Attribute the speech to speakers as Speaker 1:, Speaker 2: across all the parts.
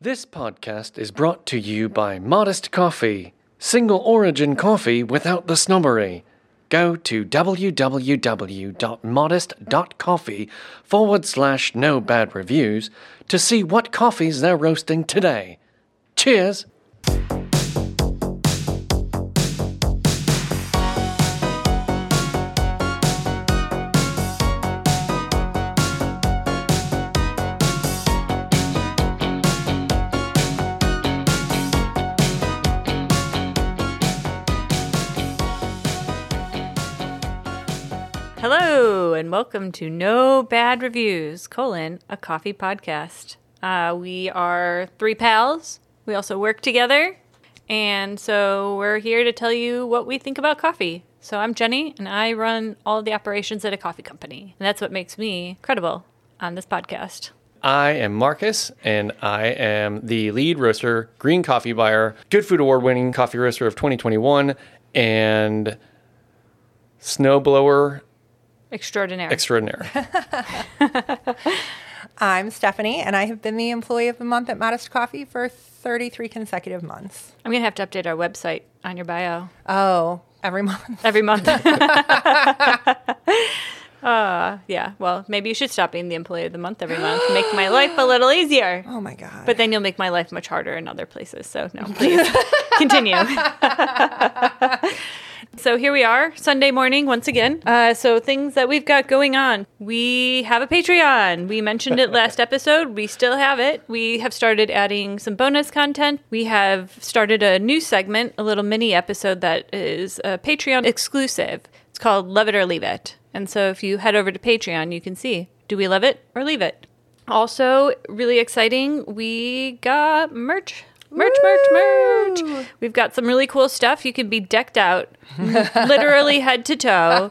Speaker 1: This podcast is brought to you by Modest Coffee, single origin coffee without the snobbery. Go to www.modest.coffee forward slash no bad reviews to see what coffees they're roasting today. Cheers!
Speaker 2: Hello and welcome to No Bad Reviews, colon, a coffee podcast. Uh, we are three pals. We also work together. And so we're here to tell you what we think about coffee. So I'm Jenny and I run all the operations at a coffee company. And that's what makes me credible on this podcast.
Speaker 1: I am Marcus, and I am the lead roaster, green coffee buyer, Good Food Award winning coffee roaster of 2021, and snowblower
Speaker 2: Extraordinary.
Speaker 1: extraordinaire.
Speaker 3: I'm Stephanie, and I have been the employee of the month at Modest Coffee for 33 consecutive months.
Speaker 2: I'm going to have to update our website on your bio.
Speaker 3: Oh, every month.
Speaker 2: every month. uh, yeah. Well, maybe you should stop being the employee of the month every month. Make my life a little easier.
Speaker 3: Oh my God.
Speaker 2: But then you'll make my life much harder in other places. So no, please continue. so here we are, Sunday morning once again. Uh, so things that we've got going on. We have a Patreon. We mentioned it last episode. We still have it. We have started adding some bonus content. We have started a new segment, a little mini episode that is a Patreon exclusive. It's called Love It or Leave It. And so if you head over to Patreon, you can see do we love it or leave it? Also, really exciting, we got merch. Merch, merch, merch. We've got some really cool stuff. You can be decked out, literally head to toe,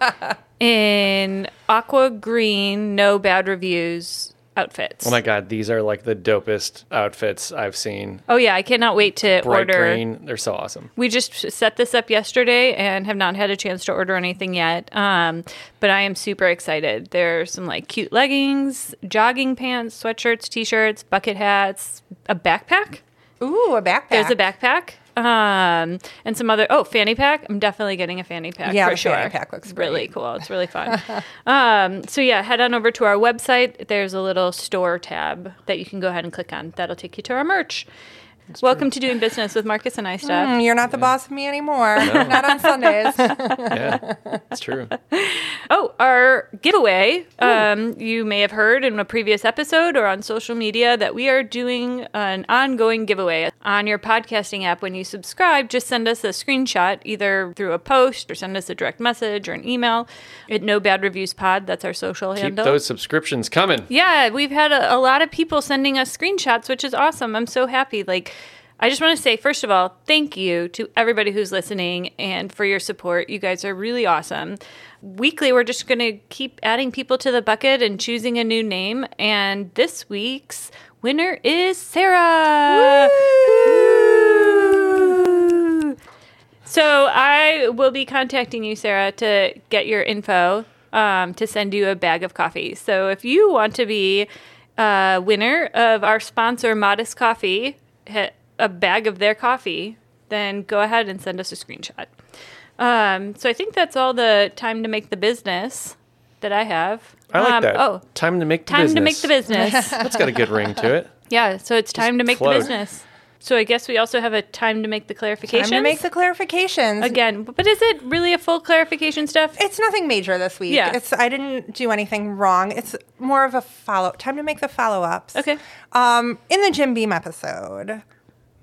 Speaker 2: in aqua green, no bad reviews outfits.
Speaker 1: Oh my god, these are like the dopest outfits I've seen.
Speaker 2: oh, yeah. I cannot wait to
Speaker 1: Bright
Speaker 2: order.
Speaker 1: green, they're so awesome.
Speaker 2: We just set this up yesterday and have not had a chance to order anything yet. Um, but I am super excited. There's some like cute leggings, jogging pants, sweatshirts, t shirts, bucket hats, a backpack.
Speaker 3: Ooh, a backpack.
Speaker 2: There's a backpack. Um, and some other oh fanny pack. I'm definitely getting a fanny pack.
Speaker 3: Yeah,
Speaker 2: for
Speaker 3: the
Speaker 2: sure.
Speaker 3: fanny pack looks
Speaker 2: really cool. It's really fun. um, so yeah, head on over to our website. There's a little store tab that you can go ahead and click on. That'll take you to our merch. Welcome to doing business with Marcus and I, Steph.
Speaker 3: Mm, You're not the boss of me anymore. Not on Sundays.
Speaker 1: Yeah, it's true.
Speaker 2: Oh, our giveaway. Um, you may have heard in a previous episode or on social media that we are doing an ongoing giveaway on your podcasting app. When you subscribe, just send us a screenshot either through a post or send us a direct message or an email at No Bad Reviews Pod. That's our social
Speaker 1: Keep
Speaker 2: handle.
Speaker 1: those subscriptions coming.
Speaker 2: Yeah, we've had a, a lot of people sending us screenshots, which is awesome. I'm so happy. Like, I just want to say, first of all, thank you to everybody who's listening and for your support. You guys are really awesome. Weekly, we're just going to keep adding people to the bucket and choosing a new name. And this week's winner is Sarah. Woo! So I will be contacting you, Sarah, to get your info um, to send you a bag of coffee. So if you want to be a winner of our sponsor, Modest Coffee, he- a bag of their coffee, then go ahead and send us a screenshot. Um, so I think that's all the time to make the business that I have.
Speaker 1: I like
Speaker 2: Um,
Speaker 1: that.
Speaker 2: Oh,
Speaker 1: time to make the
Speaker 2: time
Speaker 1: business.
Speaker 2: to make the business. Oh.
Speaker 1: That's got a good ring to it.
Speaker 2: yeah, so it's time to make
Speaker 1: flow.
Speaker 2: the business. So I guess we also have a time to make the clarification
Speaker 3: Time to make the clarifications.
Speaker 2: again. But is it really a full clarification, Steph?
Speaker 3: It's nothing major this week.
Speaker 2: Yeah.
Speaker 3: It's I didn't do anything wrong. It's more of a follow time to make the follow ups.
Speaker 2: Okay.
Speaker 3: Um, in the Jim Beam episode,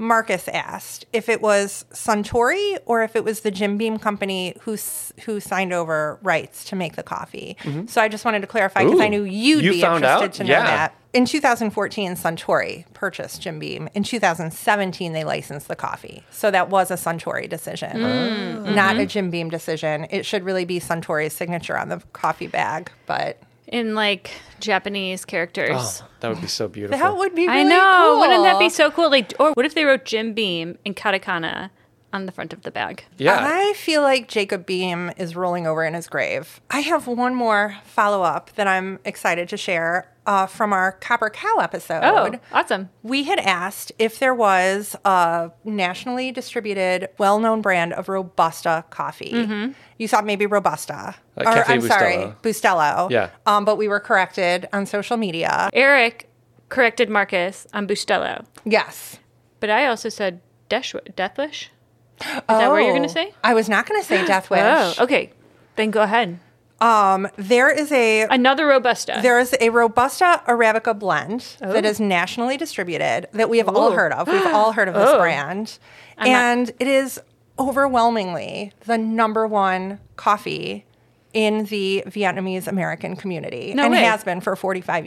Speaker 3: Marcus asked if it was Suntory or if it was the Jim Beam company who s- who signed over rights to make the coffee. So I just wanted to clarify because I
Speaker 1: Mm-hmm. Ooh.
Speaker 3: knew you'd
Speaker 1: You
Speaker 3: be
Speaker 1: found
Speaker 3: interested
Speaker 1: out?
Speaker 3: to know
Speaker 1: Yeah.
Speaker 3: that. In 2014, Suntory purchased Jim Beam. In 2017, they licensed the coffee. So that was a Suntory decision,
Speaker 1: Mm.
Speaker 3: not
Speaker 1: Mm-hmm.
Speaker 3: a Jim Beam decision. It should really be Suntory's signature on the coffee bag, but
Speaker 2: in like Japanese characters.
Speaker 1: Oh, that would be so beautiful.
Speaker 3: that would be really
Speaker 2: I know.
Speaker 3: cool.
Speaker 2: Wouldn't that be so cool? Like, or what if they wrote Jim Beam in katakana on the front of the bag?
Speaker 1: yeah.
Speaker 3: I feel like Jacob Beam is rolling over in his grave. I have one more follow up that I'm excited to share. uh, from our Copper Cow episode.
Speaker 2: Oh, awesome.
Speaker 3: We had asked if there was a nationally distributed, well known brand of Robusta coffee. You thought maybe Robusta.
Speaker 1: Like Cafe
Speaker 3: I'm sorry,
Speaker 1: Bustelo.
Speaker 3: Bustelo.
Speaker 1: Yeah.
Speaker 3: Um, but we were corrected on social media.
Speaker 2: Eric corrected Marcus on Bustelo,
Speaker 3: Yes.
Speaker 2: but I also said Desh- Deathwish. Is that what you're going to say?
Speaker 3: I was not going to say Death Oh. Wish.
Speaker 2: Oh, okay. Then go ahead.
Speaker 3: Um, there is a
Speaker 2: Another Robusta.
Speaker 3: There is a Robusta Arabica blend that is nationally distributed that we have all
Speaker 2: Oh. Ooh.
Speaker 3: heard of. We've all heard of this
Speaker 2: Oh.
Speaker 3: brand.
Speaker 2: not-
Speaker 3: and it is overwhelmingly the number one coffee in the Vietnamese American community
Speaker 2: No
Speaker 3: and
Speaker 2: way.
Speaker 3: has been for 45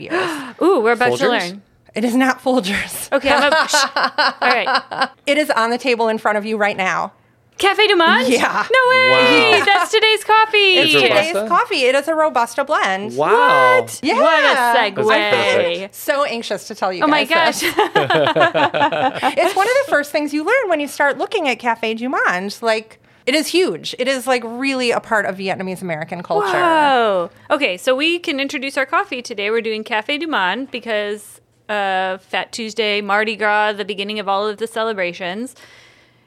Speaker 3: years.
Speaker 2: Ooh, we're about to
Speaker 1: Folgers?
Speaker 2: learn.
Speaker 3: it is not Folgers.
Speaker 2: Okay, I'm a, Shh. all right.
Speaker 3: It is on the table in front of you right now.
Speaker 2: Cafe Du Monde?
Speaker 3: Yeah.
Speaker 2: No way.
Speaker 1: Wow.
Speaker 2: That's today's coffee.
Speaker 1: It's
Speaker 3: Today's
Speaker 1: Robusta?
Speaker 3: coffee, it is a Robusta blend.
Speaker 1: Wow.
Speaker 3: Yeah.
Speaker 2: What
Speaker 3: I
Speaker 2: a
Speaker 3: think-
Speaker 2: segue.
Speaker 3: So anxious to tell you
Speaker 2: Oh my
Speaker 3: guys this.
Speaker 2: gosh.
Speaker 3: it's one of the first things you learn when you start looking at Cafe Du Monde. Like, it is huge. It is like really a part of Vietnamese American culture.
Speaker 2: Whoa. Okay, so we can introduce our coffee today. We're doing Cafe Du Monde because uh, Fat Tuesday, Mardi Gras, the beginning of all of the celebrations.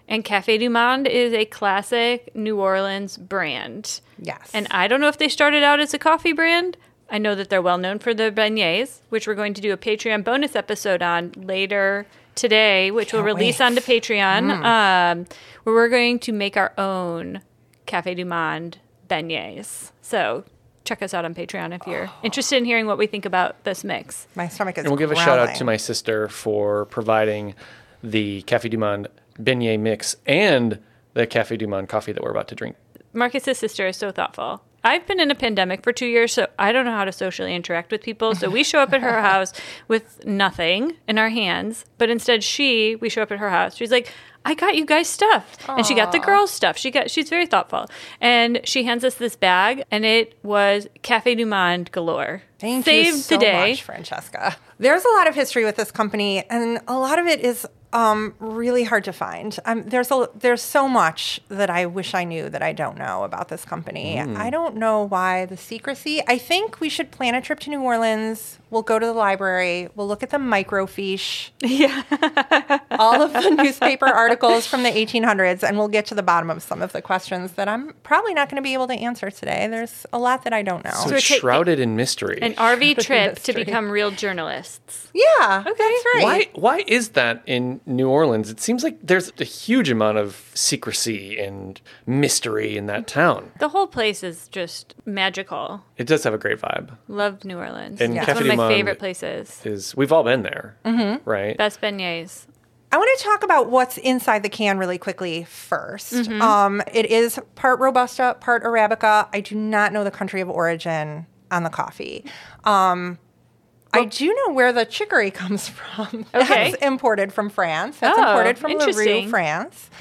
Speaker 2: And Cafe Du Monde is a classic New Orleans brand.
Speaker 3: Yes.
Speaker 2: And I don't know if they started out as a coffee brand. I know that they're well known for their beignets, which we're going to do a Patreon bonus episode on later today, which we'll
Speaker 3: Can't
Speaker 2: release
Speaker 3: wait. Hmm.
Speaker 2: onto Patreon, um, where we're going to make our own Cafe Du Monde beignets. So check us out on Patreon if
Speaker 3: Oh.
Speaker 2: you're interested in hearing what we think about this mix.
Speaker 3: my stomach is.
Speaker 1: And we'll give a shout out to my sister for providing the Cafe Du Monde beignet mix and the Cafe Du Monde coffee that we're about to drink.
Speaker 2: Marcus's sister is so thoughtful. I've been in a pandemic for two years, so I don't know how to socially interact with people. So we show up at her house with nothing in our hands, but instead she, we show up at her house. She's like, "I got you guys stuff," and she got the girls stuff. She got, she's very thoughtful, and she hands us this bag, and it was Cafe Du Monde galore.
Speaker 3: Thank
Speaker 2: Saved
Speaker 3: you so
Speaker 2: the day.
Speaker 3: much, Francesca. There's a lot of history with this company, and a lot of it is um, really hard to find. Um, there's a, there's so much that I wish I knew that I don't know about this company. I don't know why the secrecy. I think we should plan a trip to New Orleans. We'll go to the library. We'll look at the microfiche.
Speaker 2: Yeah.
Speaker 3: all of the newspaper articles from the 1800s, and we'll get to the bottom of some of the questions that I'm probably not going to be able to answer today. There's a lot that I don't know.
Speaker 1: So,
Speaker 2: we're
Speaker 1: it's
Speaker 2: taking-
Speaker 1: shrouded in mystery.
Speaker 2: An RV trip to
Speaker 3: Mystery.
Speaker 2: become real journalists.
Speaker 3: yeah, okay. that's right.
Speaker 1: why why is that in New Orleans? It seems like there's a huge amount of secrecy and mystery in that town.
Speaker 2: The whole place is just magical.
Speaker 1: It does have a great vibe.
Speaker 2: Love New Orleans.
Speaker 1: And
Speaker 2: it's
Speaker 1: Cafe
Speaker 2: one of
Speaker 1: du
Speaker 2: my
Speaker 1: Monde
Speaker 2: favorite places.
Speaker 1: Is we've all been there,
Speaker 2: Mm-hmm.
Speaker 1: right?
Speaker 2: Best beignets.
Speaker 3: I want to talk about what's inside the can really quickly 1st
Speaker 2: Mm-hmm.
Speaker 3: Um, it is part Robusta, part Arabica. I do not know the country of origin on the coffee. Um, I do know where the chicory comes from. That's
Speaker 2: Okay.
Speaker 3: imported from France. That's
Speaker 2: Oh,
Speaker 3: imported from LaRue,
Speaker 2: interesting.
Speaker 3: France.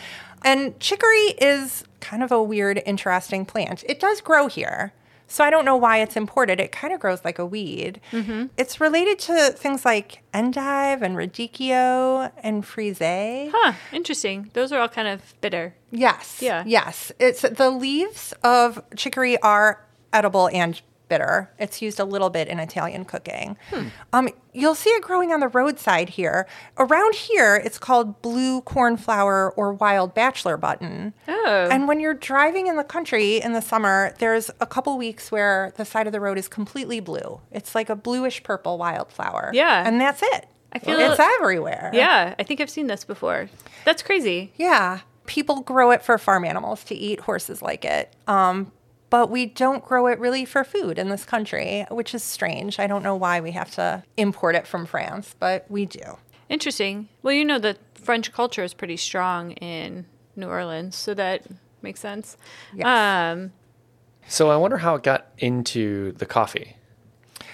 Speaker 3: And chicory is kind of a weird, interesting plant. It does grow here. So I don't know why it's imported. It kind of grows like a weed.
Speaker 2: Mm-hmm.
Speaker 3: It's related to things like endive and radicchio and frise.
Speaker 2: Huh, interesting. Those are all kind of bitter.
Speaker 3: Yes.
Speaker 2: Yeah.
Speaker 3: Yes. It's the leaves of chicory are edible and bitter. It's used a little bit in Italian cooking.
Speaker 2: Hmm.
Speaker 3: Um, you'll see it growing on the roadside here. Around here, it's called blue cornflower or wild bachelor button.
Speaker 2: Oh.
Speaker 3: And when you're driving in the country in the summer, there's a couple weeks where the side of the road is completely blue. It's like a bluish purple wildflower.
Speaker 2: Yeah.
Speaker 3: And that's it.
Speaker 2: I feel-
Speaker 3: it's everywhere.
Speaker 2: Yeah, I think I've seen this before. That's crazy.
Speaker 3: Yeah. People grow it for farm animals to eat. Horses like it. Um, but we don't grow it really for food in this country, which is strange. I don't know why we have to import it from France, but we do.
Speaker 2: Interesting. Well, you know that French culture is pretty strong in New Orleans, so that makes sense.
Speaker 3: Yes.
Speaker 2: Um,
Speaker 1: So I wonder how it got into the coffee.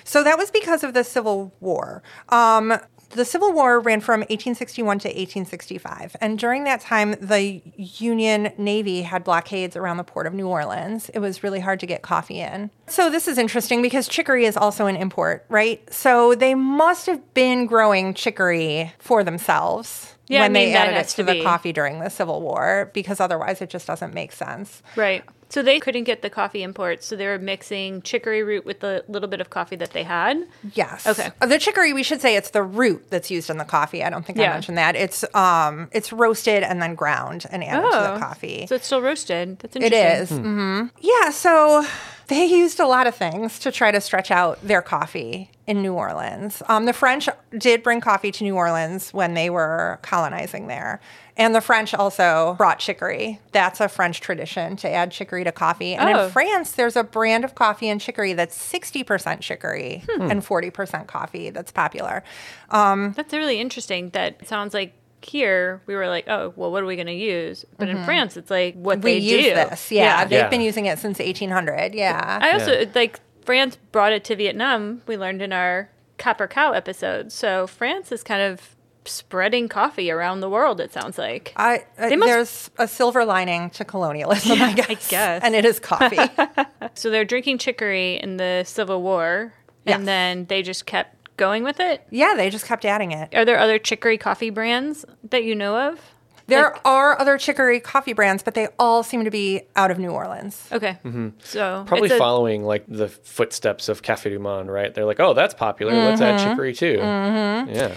Speaker 3: So that was because of the Civil War. Um, the Civil War ran from 1861 to 1865. And during that time, the Union Navy had blockades around the port of New Orleans. It was really hard to get coffee in. So this is interesting because chicory is also an import, right? So they must have been growing chicory for themselves.
Speaker 2: Yeah, I
Speaker 3: when
Speaker 2: mean,
Speaker 3: they
Speaker 2: that
Speaker 3: added it
Speaker 2: has
Speaker 3: to,
Speaker 2: to
Speaker 3: the
Speaker 2: be.
Speaker 3: coffee during the Civil War, because otherwise it just doesn't make sense.
Speaker 2: right. So they couldn't get the coffee imports, so they were mixing chicory root with the little bit of coffee that they had.
Speaker 3: Yes.
Speaker 2: Okay.
Speaker 3: Uh, The chicory, we should say it's the root that's used in the coffee. I don't think
Speaker 2: Yeah.
Speaker 3: I mentioned that. It's um, it's roasted and then ground and added to
Speaker 2: Oh.
Speaker 3: the coffee.
Speaker 2: So it's still roasted. That's
Speaker 3: It
Speaker 2: interesting.
Speaker 3: is. hmm Yeah. So they used a lot of things to try to stretch out their coffee in New Orleans. Um, the French did bring coffee to New Orleans when they were colonizing there. And the French also brought chicory. That's a French tradition to add chicory to coffee. And
Speaker 2: Oh.
Speaker 3: in France, there's a brand of coffee and chicory that's 60% chicory
Speaker 2: Hmm.
Speaker 3: and 40% coffee that's popular. Um,
Speaker 2: That's really interesting. That it sounds like here we were like, oh, well, what are we going to use? But in France, it's like what
Speaker 3: Mm-hmm. We
Speaker 2: they
Speaker 3: use
Speaker 2: do.
Speaker 3: this. Yeah, They've
Speaker 1: Yeah.
Speaker 3: been using it since 1800. Yeah.
Speaker 2: I also like France brought it to Vietnam. We learned in our copper cow episode. So France is kind of spreading coffee around the world. It sounds like.
Speaker 3: I, uh,
Speaker 2: They must-
Speaker 3: there's a silver lining to colonialism, I, guess,
Speaker 2: guess.
Speaker 3: and it is coffee.
Speaker 2: So they're drinking chicory in the Civil War, and
Speaker 3: Yes.
Speaker 2: then they just kept going with it.
Speaker 3: yeah, they just kept adding it.
Speaker 2: Are there other chicory coffee brands that you know of?
Speaker 3: There are other chicory coffee brands, but they all seem to be out of New Orleans.
Speaker 2: Okay, so
Speaker 1: Mm-hmm. Probably
Speaker 2: it's a-
Speaker 1: following like the footsteps of Cafe Du Monde, right? They're like, oh, that's popular. Let's add
Speaker 2: Mm-hmm.
Speaker 1: chicory too. Yeah.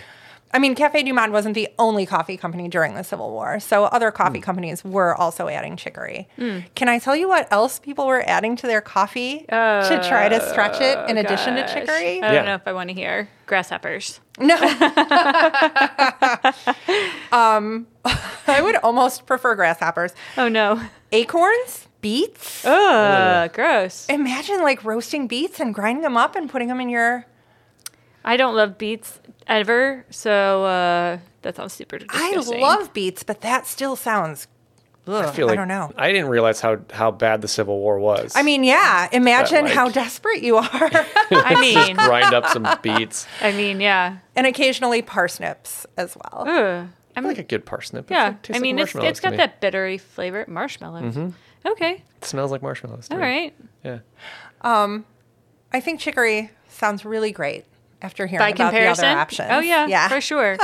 Speaker 3: I mean, Cafe Du Monde wasn't the only coffee company during the Civil War, so other coffee
Speaker 2: Mm.
Speaker 3: companies were also adding chicory. Can I tell you what else people were adding to their coffee to try to stretch it in addition to
Speaker 2: Oh, Gosh, Uh,
Speaker 3: chicory?
Speaker 2: I don't
Speaker 1: Yeah.
Speaker 2: know if I want to hear grasshoppers.
Speaker 3: Um, I would almost prefer grasshoppers.
Speaker 2: Oh no.
Speaker 3: Acorns, beets.
Speaker 2: Ugh, gross.
Speaker 3: Imagine like roasting beets and grinding them up and putting them in your
Speaker 2: I don't love beets ever, so uh, that sounds super
Speaker 3: I
Speaker 2: disgusting.
Speaker 3: love beats, but that still sounds. Ugh, I,
Speaker 1: feel like
Speaker 3: don't know.
Speaker 1: I didn't realize how how bad the Civil War was.
Speaker 3: I mean, yeah. Imagine
Speaker 1: like-
Speaker 3: how desperate you are,
Speaker 2: I mean,
Speaker 1: grind up some beets.
Speaker 2: I mean, yeah.
Speaker 3: and occasionally parsnips as well.
Speaker 2: Ugh.
Speaker 1: I'm like a good parsnip. It's
Speaker 2: Yeah,
Speaker 1: like- tastes
Speaker 2: I
Speaker 1: like
Speaker 2: mean, it's,
Speaker 1: marshmallows
Speaker 2: it's
Speaker 1: to
Speaker 2: got
Speaker 1: me. Mm-hmm.
Speaker 2: that bittery flavor. Marshmallows. Okay,
Speaker 1: It smells like marshmallows. to
Speaker 2: all
Speaker 1: me.
Speaker 2: right.
Speaker 1: Yeah.
Speaker 3: I think chicory sounds really great after hearing
Speaker 2: By
Speaker 3: about
Speaker 2: comparison,
Speaker 3: the other options.
Speaker 2: oh yeah,
Speaker 3: yeah.
Speaker 2: for sure.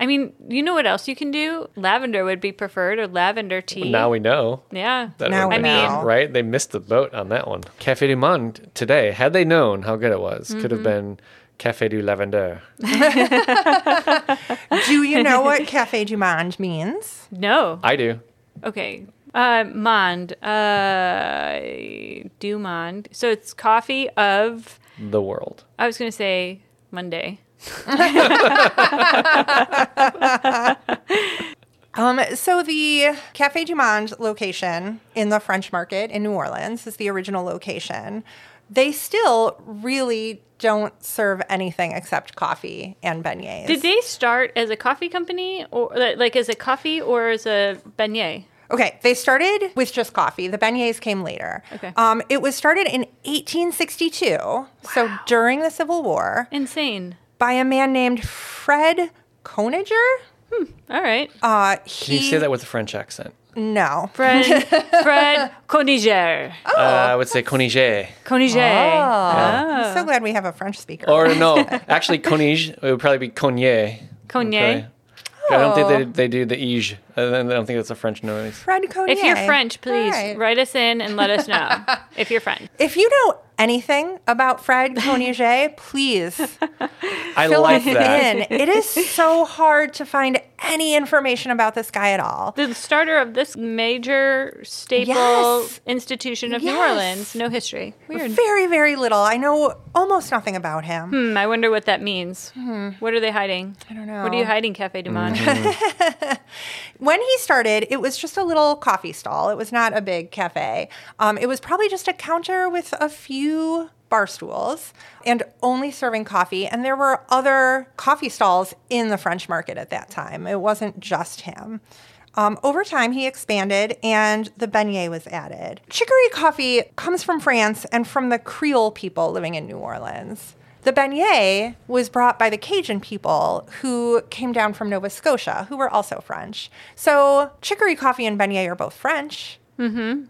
Speaker 2: I mean, you know what else you can do? Lavender would be preferred, or lavender tea.
Speaker 1: Now we know.
Speaker 2: yeah.
Speaker 1: That
Speaker 3: Now
Speaker 1: would
Speaker 2: we
Speaker 1: be good,
Speaker 2: know.
Speaker 1: right? They missed the boat on that one. Cafe du Monde today, had they known how good it was, could have
Speaker 2: Mm-hmm.
Speaker 1: been Cafe du Lavender.
Speaker 3: Do you know what Cafe du Monde means?
Speaker 2: no.
Speaker 1: I do.
Speaker 2: Okay. Uh, Mond. Uh, do Mond. So it's coffee of,
Speaker 1: The world.
Speaker 2: I was going to say Monday.
Speaker 3: Um, so the Cafe du Monde location in the French Market in New Orleans is the original location. They still really don't serve anything except coffee and beignets.
Speaker 2: Did they start as a coffee company or li- like as a coffee or as a beignet?
Speaker 3: Okay, they started with just coffee. The beignets came later.
Speaker 2: Okay.
Speaker 3: Um, it was started in 1862, so during the Civil War,
Speaker 2: Insane.
Speaker 3: by a man named Fred Coniger.
Speaker 2: All right.
Speaker 3: Uh,
Speaker 1: Can
Speaker 3: he,
Speaker 1: you say that with a French accent?
Speaker 3: No.
Speaker 2: Fred, Fred Coniger.
Speaker 1: uh, I would say Conige.
Speaker 2: Coniger.
Speaker 3: Oh.
Speaker 2: Oh.
Speaker 3: I'm so glad we have a French speaker.
Speaker 1: Or no, actually, Conige, it would probably be Cognier.
Speaker 2: Cognier.
Speaker 1: Okay. I don't think
Speaker 3: Oh.
Speaker 1: they, they do the Ige. I don't I don't think that's a French noise.
Speaker 3: Fred Coniger.
Speaker 2: If you're French, please
Speaker 3: Right.
Speaker 2: write us in and let us know if you're French.
Speaker 3: If you know anything about Fred Coniger, please
Speaker 1: I
Speaker 3: fill
Speaker 1: like
Speaker 3: us
Speaker 1: that.
Speaker 3: in. It is so hard to find any information about this guy at all.
Speaker 2: The starter of this major staple
Speaker 3: Yes.
Speaker 2: institution of New
Speaker 3: Yes.
Speaker 2: Orleans. No history. Weird.
Speaker 3: Very, very little. I know almost nothing about him.
Speaker 2: Hmm, I wonder what that means. What are they hiding? I
Speaker 3: Hmm. don't
Speaker 2: What are you
Speaker 3: know.
Speaker 2: hiding, Cafe Du Monde?
Speaker 1: Mm-hmm.
Speaker 3: When he started, it was just a little coffee stall. It was not a big cafe. Um, it was probably just a counter with a few bar stools and only serving coffee. And there were other coffee stalls in the French market at that time. It wasn't just him. Um, over time, he expanded and the beignet was added. Chicory coffee comes from France and from the Creole people living in New Orleans. The beignet was brought by the Cajun people who came down from Nova Scotia, who were also French. So chicory coffee and beignet are both French. And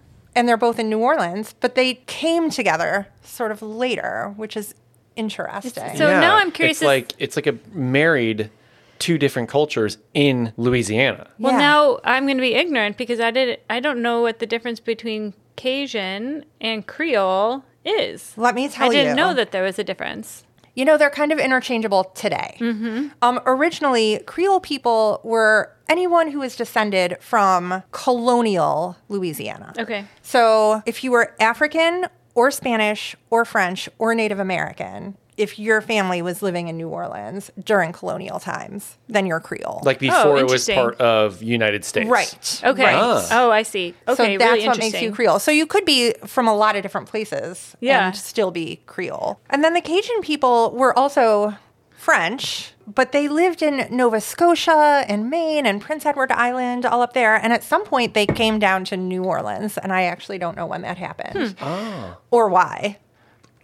Speaker 3: they're both in New Orleans, but they came together sort of later, which is interesting.
Speaker 2: So now I'm curious
Speaker 1: It's
Speaker 2: if-
Speaker 1: like it's like a married two different cultures in Louisiana.
Speaker 2: Well,
Speaker 3: Yeah.
Speaker 2: now I'm going to be ignorant because I did. I don't know what the difference between Cajun and Creole is.
Speaker 3: Let me tell
Speaker 2: I didn't
Speaker 3: you.
Speaker 2: know that there was a difference.
Speaker 3: You know, they're kind of interchangeable today. Um, originally, Creole people were anyone who was descended from colonial Louisiana.
Speaker 2: Okay.
Speaker 3: So if you were African or Spanish or French or Native American, if your family was living in New Orleans during colonial times, then you're Creole.
Speaker 1: Like before it was
Speaker 2: interesting.
Speaker 1: part of United States.
Speaker 3: Oh, right.
Speaker 2: Okay.
Speaker 3: Right.
Speaker 1: Ah.
Speaker 2: Oh, I see. Okay,
Speaker 3: so that's
Speaker 2: really
Speaker 3: what makes
Speaker 2: interesting.
Speaker 3: you Creole. So you could be from a lot of different places
Speaker 2: Yeah.
Speaker 3: and still be Creole. And then the Cajun people were also French, but they lived in Nova Scotia and Maine and Prince Edward Island, all up there. And at some point, they came down to New Orleans, and I actually don't know when that happened
Speaker 2: Hmm.
Speaker 3: or why.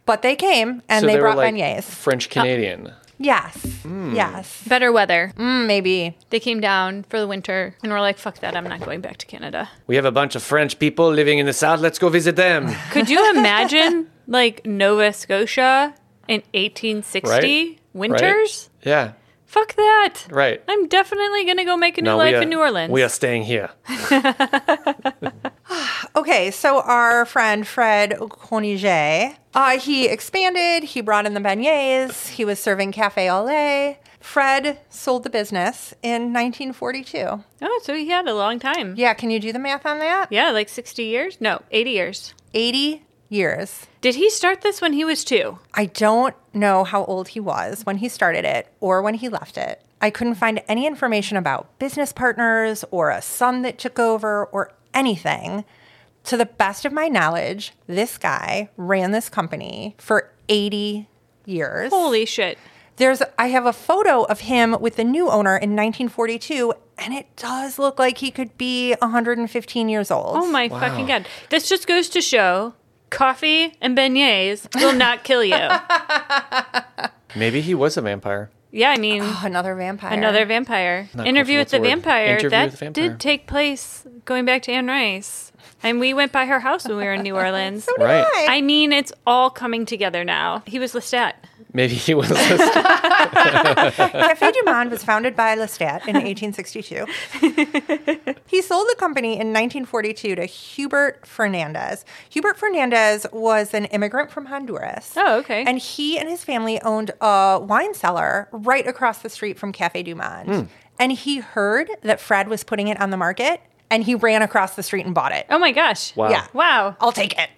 Speaker 3: But they came and
Speaker 1: Ah. So
Speaker 3: they,
Speaker 1: were
Speaker 3: brought
Speaker 1: like Hmm.
Speaker 3: beignets. Oh.
Speaker 1: French Canadian.
Speaker 3: Yes, yes,
Speaker 2: Better weather.
Speaker 3: Mm, maybe.
Speaker 2: They came down for the winter and were like, fuck that, I'm not going back to Canada.
Speaker 1: we have a bunch of French people living in the South. Let's go visit them.
Speaker 2: Could you imagine like Nova Scotia in 1860 winters?
Speaker 1: Right? Yeah.
Speaker 2: Fuck that.
Speaker 1: Right.
Speaker 2: I'm definitely going to go make a new
Speaker 1: No, we
Speaker 2: life
Speaker 1: are-
Speaker 2: in New Orleans.
Speaker 1: We uh, are staying here.
Speaker 3: Okay, so our friend Fred Corniger, uh, he expanded, he brought in the beignets, he was serving cafe au lait. Fred sold the business in 1942.
Speaker 2: oh, so he had a long time.
Speaker 3: Yeah, can you do the math on that?
Speaker 2: Yeah, like 60 years? No, 80 years.
Speaker 3: 80 years.
Speaker 2: Did he start this when he was two?
Speaker 3: I don't know how old he was when he started it or when he left it. I couldn't find any information about business partners or a son that took over or anything. To the best of my knowledge, this guy ran this company for 80 years.
Speaker 2: Holy shit.
Speaker 3: There's I have a photo of him with the new owner in 1942 and it does look like he could be 115 years old.
Speaker 2: Oh my fucking god. This just goes to show coffee and beignets will not kill you.
Speaker 1: Maybe he was a vampire.
Speaker 2: yeah, I mean,
Speaker 3: another vampire.
Speaker 2: another vampire.
Speaker 1: Not
Speaker 2: Interview
Speaker 1: cultural,
Speaker 2: with
Speaker 1: it's
Speaker 2: the
Speaker 1: a word.
Speaker 2: vampire.
Speaker 1: Interview
Speaker 2: that
Speaker 1: with the vampire.
Speaker 2: did take place going back to Anne Rice. And we went by her house when we were in New Orleans.
Speaker 1: Right.
Speaker 3: Hi.
Speaker 2: I mean, it's all coming together now. He was Lestat.
Speaker 1: Maybe he was. a-
Speaker 3: Cafe du Monde was founded by Lestat in 1862. he sold the company in 1942 to Hubert Fernandez. Hubert Fernandez was an immigrant from Honduras.
Speaker 2: Oh, okay.
Speaker 3: And he and his family owned a wine cellar right across the street from Cafe du Monde. And he heard that Fred was putting it on the market and he ran across the street and bought it.
Speaker 2: Oh my gosh.
Speaker 1: Wow.
Speaker 3: Yeah.
Speaker 2: Wow.
Speaker 3: I'll take it.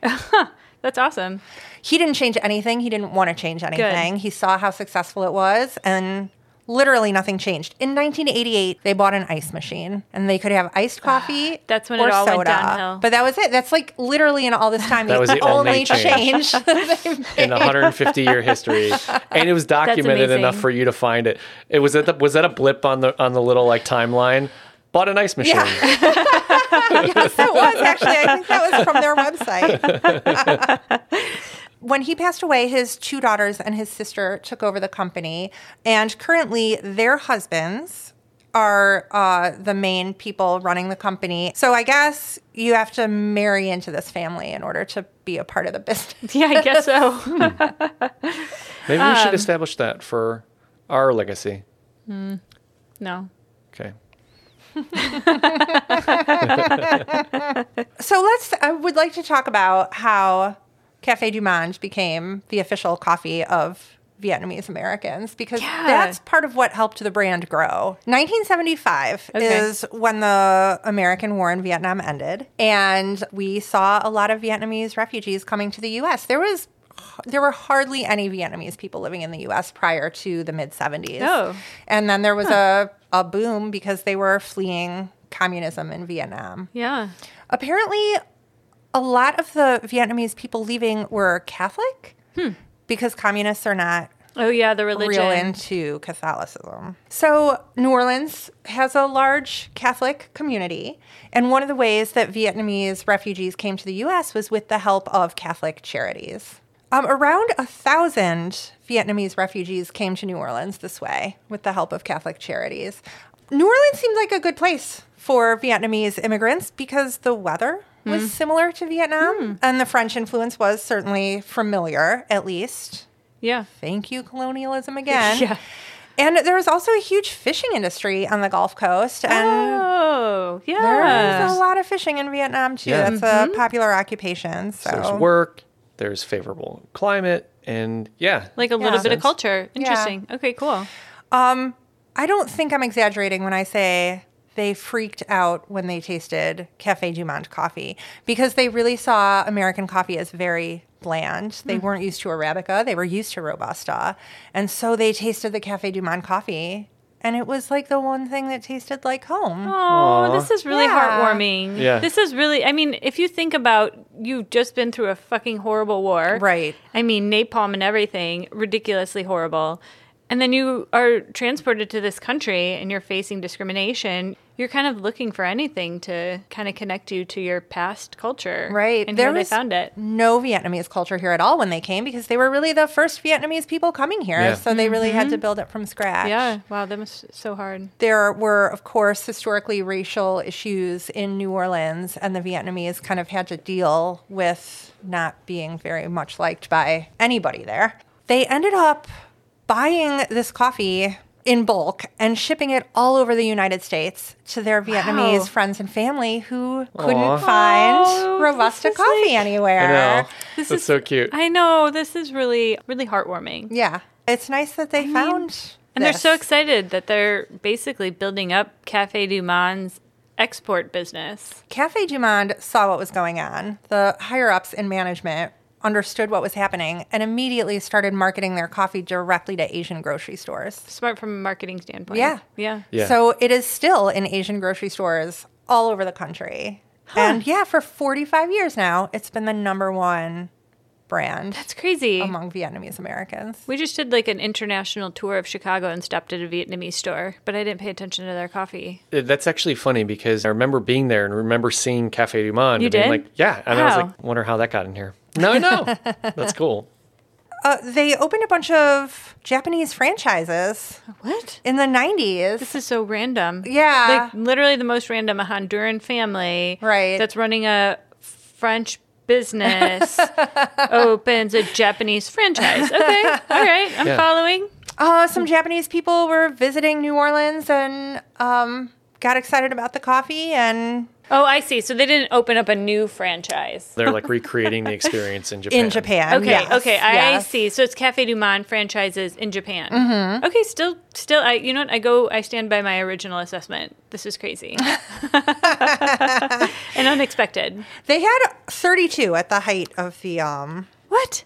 Speaker 2: That's awesome.
Speaker 3: he didn't change anything. He didn't want to change anything. He saw how successful it was and literally nothing changed. In 1988, they bought an ice machine and they could have iced coffee.
Speaker 2: Ah, That's when
Speaker 3: or
Speaker 2: it all
Speaker 3: soda.
Speaker 2: went downhill.
Speaker 3: But that was it. That's like literally in all this time.
Speaker 1: That was the only change.
Speaker 3: change that they
Speaker 1: in 150 year history, and it was documented
Speaker 2: amazing.
Speaker 1: enough for you to find it. It was that the, was that a blip on the on the little like timeline? Bought an ice machine.
Speaker 3: Yeah. yes, it was actually. I think that was from their website. when he passed away, his two daughters and his sister took over the company, and currently their husbands are uh, the main people running the company. So I guess you have to marry into this family in order to be a part of the business.
Speaker 2: Yeah, I guess so.
Speaker 1: Maybe we
Speaker 3: Um,
Speaker 1: should establish that for our legacy.
Speaker 2: no.
Speaker 1: Okay.
Speaker 3: So let's. I would like to talk about how Cafe Du Monde became the official coffee of Vietnamese Americans because
Speaker 2: Yeah.
Speaker 3: that's part of what helped the brand grow. 1975
Speaker 2: Okay.
Speaker 3: is when the American War in Vietnam ended, and we saw a lot of Vietnamese refugees coming to the U.S. There was. There were hardly any Vietnamese people living in the U.S. prior to the mid 70s.
Speaker 2: Oh.
Speaker 3: And then there was a, a boom because they were fleeing communism in Vietnam.
Speaker 2: Yeah.
Speaker 3: Apparently, a lot of the Vietnamese people leaving were Catholic because communists are not
Speaker 2: Oh yeah, the religion.
Speaker 3: real into Catholicism. So, New Orleans has a large Catholic community. And one of the ways that Vietnamese refugees came to the U.S. was with the help of Catholic charities. Um, around a thousand Vietnamese refugees came to New Orleans this way with the help of Catholic charities. New Orleans seemed like a good place for Vietnamese immigrants because the weather was similar to Vietnam and the French influence was certainly familiar, at least
Speaker 2: yeah.
Speaker 3: thank you colonialism again
Speaker 2: Yeah.
Speaker 3: And there was also a huge fishing industry on the Gulf
Speaker 2: Ah,
Speaker 3: Coast. And
Speaker 2: Oh,
Speaker 3: there was a
Speaker 2: yeah.
Speaker 3: lot of fishing in Vietnam, too.
Speaker 1: Yeah.
Speaker 3: That's
Speaker 2: Mm-hmm.
Speaker 3: a popular occupation. So,
Speaker 1: There's work, there's favorable climate, and yeah.
Speaker 2: Like a little
Speaker 3: Yeah.
Speaker 2: bit of culture. Interesting. Okay, cool.
Speaker 3: I don't think I'm exaggerating when I say they freaked out when they tasted Cafe Du Monde coffee because they really saw American coffee as very bland.
Speaker 2: Mm.
Speaker 3: They weren't used to Arabica, they were used to Robusta. And so they tasted the Cafe Du Monde coffee, and it was like the one thing that tasted like home.
Speaker 2: Oh, this is really
Speaker 3: Yeah.
Speaker 2: heartwarming.
Speaker 1: Yeah.
Speaker 2: This is really, I mean, if you think about you've just been through a fucking horrible war.
Speaker 3: Right.
Speaker 2: I mean, napalm and everything, ridiculously horrible. And then you are transported to this country and you're facing discrimination. You're kind of looking for anything to kind of connect you to your past culture.
Speaker 3: Right.
Speaker 2: And
Speaker 3: there
Speaker 2: here they
Speaker 3: was
Speaker 2: found it.
Speaker 3: No Vietnamese culture here at all when they came because they were really the first Vietnamese people coming here.
Speaker 1: Yeah.
Speaker 3: So they really had to build it from scratch.
Speaker 2: Mm-hmm. Yeah. Wow. That was so hard.
Speaker 3: There were, of course, historically racial issues in New Orleans, and the Vietnamese kind of had to deal with not being very much liked by anybody there. They ended up buying this coffee in bulk and shipping it all over the United States to their Vietnamese
Speaker 2: Wow.
Speaker 3: friends and family who couldn't
Speaker 1: Aw.
Speaker 3: find
Speaker 2: Oh,
Speaker 3: Robusta
Speaker 2: this is like-
Speaker 3: coffee anywhere.
Speaker 1: I know.
Speaker 2: This
Speaker 1: That's
Speaker 2: is-
Speaker 1: so cute.
Speaker 2: I know. This is really, really heartwarming.
Speaker 3: Yeah. It's nice that they found.
Speaker 2: And they're so
Speaker 3: this.
Speaker 2: excited that they're basically building up Cafe Du Monde's export business.
Speaker 3: Cafe Du Monde saw what was going on. The higher ups in management understood what was happening and immediately started marketing their coffee directly to Asian grocery stores.
Speaker 2: Smart from a marketing standpoint.
Speaker 3: Yeah.
Speaker 2: Yeah.
Speaker 1: Yeah.
Speaker 3: So it is still in Asian grocery stores all over the country. And yeah, for 45 years now, it's been the number one brand
Speaker 2: That's crazy.
Speaker 3: among Vietnamese Americans.
Speaker 2: we just did like an international tour of Chicago and stopped at a Vietnamese store, but I didn't pay attention to their coffee.
Speaker 1: Uh, That's actually funny because I remember being there and remember seeing Cafe Du Monde
Speaker 2: You
Speaker 1: and being
Speaker 2: did?
Speaker 1: like, yeah. And I
Speaker 2: How?
Speaker 1: was like, wonder how that got in here. No, no. That's cool.
Speaker 3: Uh, they opened a bunch of Japanese franchises
Speaker 2: What?
Speaker 3: in the 90s.
Speaker 2: This is so random.
Speaker 3: Yeah.
Speaker 2: Like literally the most random a Honduran family
Speaker 3: Right.
Speaker 2: that's running a French business opens a Japanese franchise. Okay. All right. I'm
Speaker 1: Yeah.
Speaker 2: following.
Speaker 3: Uh, some Japanese people were visiting New Orleans and um, got excited about the coffee, and
Speaker 2: Oh, I see. So they didn't open up a new franchise.
Speaker 1: They're like recreating the experience in Japan.
Speaker 3: in Japan.
Speaker 2: Okay,
Speaker 3: yes,
Speaker 2: okay, I
Speaker 3: yes. Mm-hmm.
Speaker 2: see. So it's Cafe Du Monde franchises in Japan. Okay, still, still, I, you know what? I go, I stand by my original assessment. This is crazy and unexpected.
Speaker 3: They had 32 at the height of the um,
Speaker 2: What?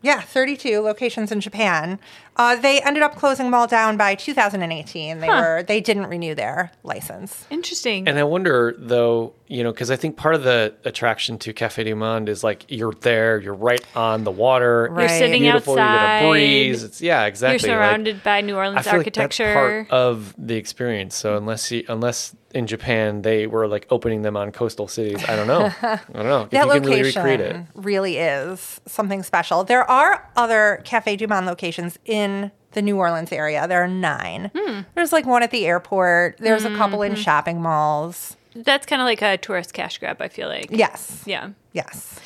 Speaker 3: yeah, 32 locations in Japan. Uh, they ended up closing them all down by 2018. They were they didn't renew their license.
Speaker 2: Interesting.
Speaker 1: And I wonder though, you know, because I think part of the attraction to Cafe Du Monde is like you're there, you're right on the water,
Speaker 3: Right.
Speaker 2: You're sitting
Speaker 1: beautiful,
Speaker 2: outside.
Speaker 1: you get a breeze. It's yeah,
Speaker 2: You're
Speaker 1: exactly. like,
Speaker 2: surrounded by New
Speaker 1: I
Speaker 2: Orleans
Speaker 1: feel like that's
Speaker 2: architecture.
Speaker 1: part of the experience. So unless you, unless in Japan they were like opening them on coastal cities, I don't know. I don't know. If
Speaker 3: That
Speaker 1: you can really
Speaker 3: location
Speaker 1: recreate
Speaker 3: really,
Speaker 1: it.
Speaker 3: is something special. There are other Cafe Du Monde locations in the New Orleans area. There are nine.
Speaker 1: Hmm.
Speaker 3: There's like one at the airport. There's a couple
Speaker 1: Mm-hmm.
Speaker 3: in shopping malls.
Speaker 2: that's kind of like a tourist cash grab. I feel like.
Speaker 3: Yes.
Speaker 2: Yeah.
Speaker 3: Yes.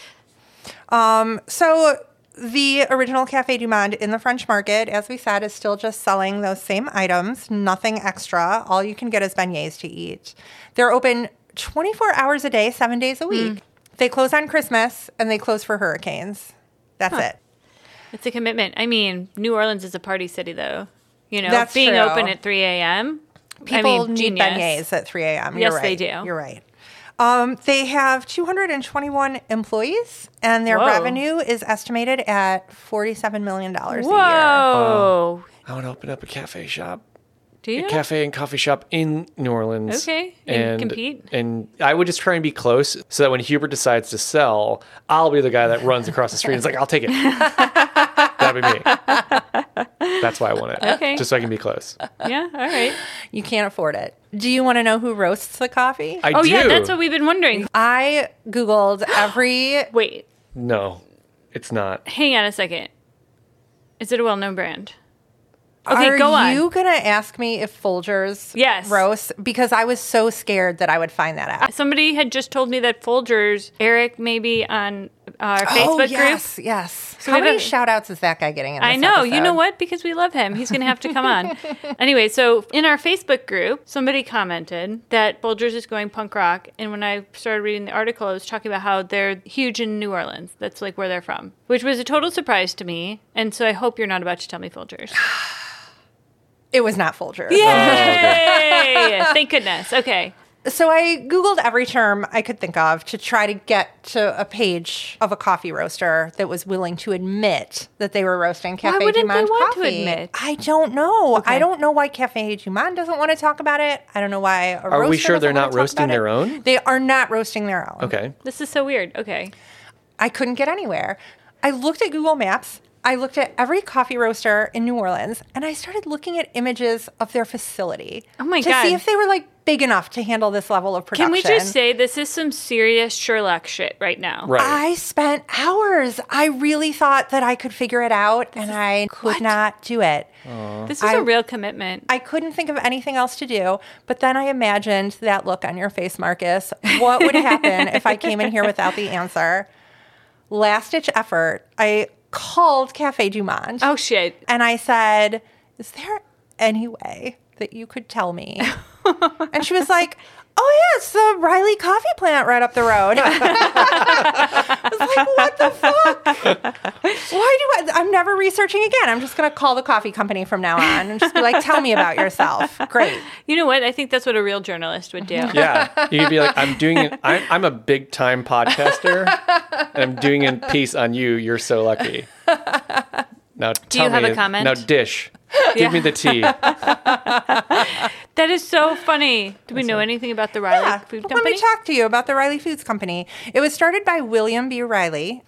Speaker 3: Um, so the original Cafe Du Monde in the French market, as we said, is still just selling those same items, nothing extra. All you can get is beignets to eat. They're open 24 hours a day, seven days a week.
Speaker 2: Hmm.
Speaker 3: They close on Christmas and they close for hurricanes. That's it.
Speaker 2: It's a commitment. I mean, New Orleans is a party city, though. You know,
Speaker 3: That's
Speaker 2: being
Speaker 3: true.
Speaker 2: open at 3 a.m. I
Speaker 3: People
Speaker 2: mean,
Speaker 3: need
Speaker 2: genius.
Speaker 3: beignets at 3 a.m.
Speaker 2: Yes,
Speaker 3: You're right.
Speaker 2: they do.
Speaker 3: You're right. Um, they have 221 employees, and their
Speaker 2: Whoa.
Speaker 3: revenue is estimated at $47 million a
Speaker 2: Whoa.
Speaker 3: year. Um,
Speaker 1: I want to open up a cafe shop,
Speaker 2: Do you?
Speaker 1: a cafe and coffee shop in New Orleans.
Speaker 2: Okay, and compete?
Speaker 1: And I would just try and be close so that when Hubert decides to sell, I'll be the guy that runs across the street. and is like, I'll take it. That'd be me. That's why I want it.
Speaker 2: Okay.
Speaker 1: Just so I can be close.
Speaker 2: yeah, all right.
Speaker 3: You can't afford it. Do you want to know who roasts the coffee? I,
Speaker 1: I
Speaker 2: Oh
Speaker 1: do.
Speaker 2: yeah, that's what we've been wondering.
Speaker 3: Googled every.
Speaker 2: Wait,
Speaker 1: No, it's not.
Speaker 2: hang on a second. Is it a well-known brand? Okay,
Speaker 3: Are
Speaker 2: go on.
Speaker 3: you going to ask me if Folgers
Speaker 2: Yes.
Speaker 3: roasts? Because I was so scared that I would find that out.
Speaker 2: Somebody had just told me that Folgers, Eric maybe on our Facebook group.
Speaker 3: Oh, yes, yes. How
Speaker 2: we have
Speaker 3: many
Speaker 2: a-
Speaker 3: shout outs is that guy getting in
Speaker 2: I
Speaker 3: this
Speaker 2: know. You know
Speaker 3: episode?
Speaker 2: what? Because we love him. He's going to have to come on. anyway, so in our Facebook group, somebody commented that Folgers is going punk rock. And when I started reading the article, I was talking about how they're huge in New Orleans. That's like where they're from, which was a total surprise to me. And so I hope you're not about to tell me Folgers.
Speaker 3: It was not Folgers.
Speaker 1: Oh,
Speaker 2: Yay! Thank goodness. Okay.
Speaker 3: So I Googled every term I could think of to try to get to a page of a coffee roaster that was willing to admit that they were roasting Cafe
Speaker 2: wouldn't they
Speaker 3: du Monde
Speaker 2: want to
Speaker 3: coffee.
Speaker 2: admit?
Speaker 3: I don't know.
Speaker 2: Okay.
Speaker 3: I don't know why Cafe du Monde doesn't want to talk about it. I don't know why. A
Speaker 1: Are we
Speaker 3: roaster
Speaker 1: sure they're
Speaker 3: doesn't wanna
Speaker 1: not
Speaker 3: talk
Speaker 1: roasting
Speaker 3: about it.
Speaker 1: their own?
Speaker 3: They are not roasting their own.
Speaker 1: Okay.
Speaker 2: This is so weird. Okay.
Speaker 3: I couldn't get anywhere. I looked at Google Maps. I looked at every coffee roaster in New Orleans, and I started looking at images of their facility.
Speaker 2: Oh my
Speaker 3: to
Speaker 2: God.
Speaker 3: see if they were like big enough to handle this level of production.
Speaker 2: Can we just say this is some serious Sherlock shit right now?
Speaker 1: Right.
Speaker 3: I spent hours. I really thought that I could figure it out, and I could not do it.
Speaker 2: This is a
Speaker 3: I-
Speaker 2: real commitment.
Speaker 3: I couldn't think of anything else to do. But then I imagined that look on your face, Marcus. What would happen if I came in here without the answer? Last ditch effort. I called Cafe Du Monde.
Speaker 2: oh, shit.
Speaker 3: And I said, Is there any way that you could tell me? and she was like, Oh, yeah, it's the Riley coffee plant right up the road. I was like, What the fuck? Why do I? I'm never researching again. I'm just going to call the coffee company from now on and just be like, Tell me about yourself. Great.
Speaker 2: You know what? I think that's what a real journalist would do.
Speaker 1: Yeah, you could be like, I'm doing it. I'm, I'm a big time podcaster, and I'm doing a piece on you. You're so lucky. Now, do
Speaker 2: you have a comment?
Speaker 1: Now, dish. Give me the tea.
Speaker 2: That is so funny. Do we know anything about the Riley
Speaker 3: Yeah.
Speaker 2: Food
Speaker 3: Let
Speaker 2: Company?
Speaker 3: me talk to you about the Riley Foods Company. It was started by William B. Riley.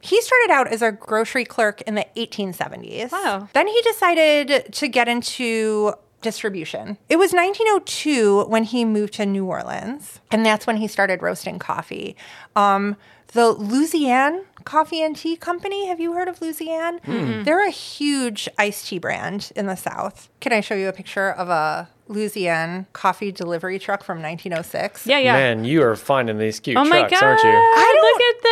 Speaker 3: He started out as a grocery clerk in the 1870s.
Speaker 2: Wow.
Speaker 3: Then he decided to get into distribution. It was 1902 when he moved to New Orleans, and that's when he started roasting coffee. Um, the Louisiane Coffee and Tea Company, have you heard of Louisiane?
Speaker 2: Hmm.
Speaker 3: They're a huge iced tea brand in the South. Can I show you a picture of a Louisiane coffee delivery truck from 1906?
Speaker 2: Yeah, yeah.
Speaker 1: Man, you are finding these cute
Speaker 2: oh my
Speaker 1: trucks,
Speaker 2: god!
Speaker 1: aren't you?
Speaker 2: look at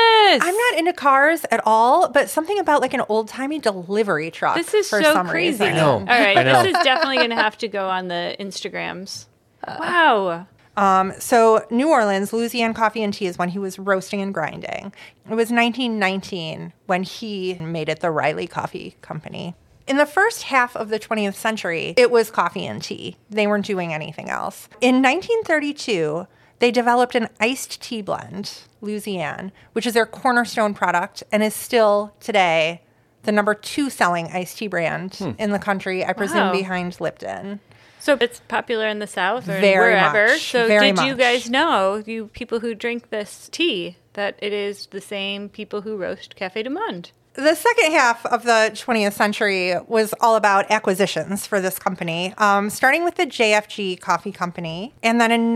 Speaker 2: this.
Speaker 3: I'm not into cars at all, but something about like an old timey delivery truck.
Speaker 2: This is
Speaker 3: for
Speaker 2: so
Speaker 3: some
Speaker 2: crazy.
Speaker 3: Reason.
Speaker 1: know.
Speaker 2: All right,
Speaker 1: I know.
Speaker 2: this is definitely going to have to go on the Instagrams.
Speaker 3: Uh,
Speaker 2: wow.
Speaker 3: Um, so New Orleans, Louisiana coffee and tea is when he was roasting and grinding. It was 1919 when he made it the Riley Coffee Company. In the first half of the 20th century, it was coffee and tea. They weren't doing anything else. In 1932, they developed an iced tea blend, Louisiane, which is their cornerstone product and is still today the number two selling iced tea brand in the country, I presume
Speaker 2: Wow.
Speaker 3: behind Lipton.
Speaker 2: So it's popular in the South or in
Speaker 3: Very
Speaker 2: wherever.
Speaker 3: much,
Speaker 2: So
Speaker 3: very
Speaker 2: did you
Speaker 3: much.
Speaker 2: guys know, you people who drink this tea, that it is the same people who roast Cafe du Monde?
Speaker 3: the second half of the 20th century was all about acquisitions for this company, um, starting with the JFG Coffee Company. And then in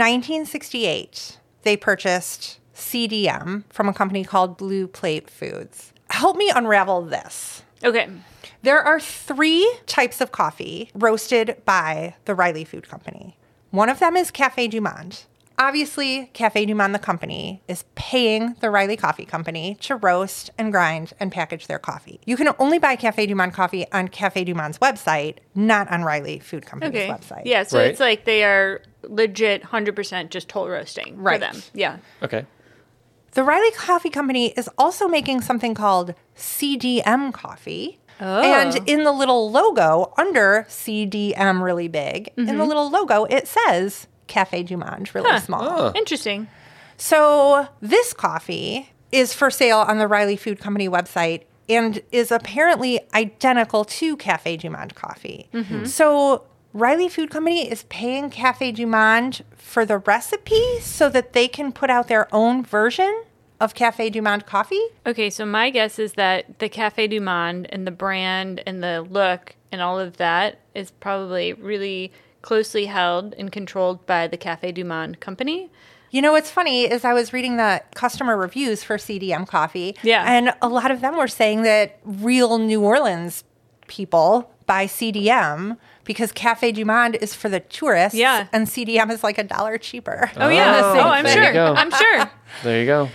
Speaker 3: 1968, they purchased CDM from a company called Blue Plate Foods. Help me unravel this.
Speaker 2: Okay.
Speaker 3: There are three types of coffee roasted by the Riley Food Company. One of them is Cafe Du Monde. Obviously, Cafe Du Monde, the company, is paying the Riley Coffee Company to roast and grind and package their coffee. You can only buy Cafe Du Monde coffee on Cafe Du Monde's website, not on Riley Food Company's
Speaker 2: Okay.
Speaker 3: website.
Speaker 2: Yeah, so
Speaker 1: Right.
Speaker 2: it's like they are legit 100% just toll roasting
Speaker 3: Right.
Speaker 2: for them. Yeah.
Speaker 1: Okay.
Speaker 3: The Riley Coffee Company is also making something called CDM coffee. And in the little logo under CDM, really big, in the little logo, it says Cafe Du Monde, really small.
Speaker 2: Oh. Interesting.
Speaker 3: So this coffee is for sale on the Riley Food Company website and is apparently identical to Cafe Du Monde coffee. So Riley Food Company is paying Cafe Du Monde for the recipe so that they can put out their own version of Cafe Du Monde coffee.
Speaker 2: Okay, so my guess is that the Cafe du Monde and the brand and the look and all of that is probably really closely held and controlled by the Cafe du Monde company.
Speaker 3: You know what's funny is I was reading the customer reviews for CDM coffee.
Speaker 2: Yeah.
Speaker 3: And a lot of them were saying that real New Orleans people buy CDM because Cafe Du Monde is for the tourists.
Speaker 2: Yeah.
Speaker 3: And CDM is like a dollar cheaper.
Speaker 2: Oh, yeah.
Speaker 1: Oh,
Speaker 2: Oh, I'm
Speaker 1: there you
Speaker 2: sure.
Speaker 1: go.
Speaker 2: I'm sure.
Speaker 1: There you go.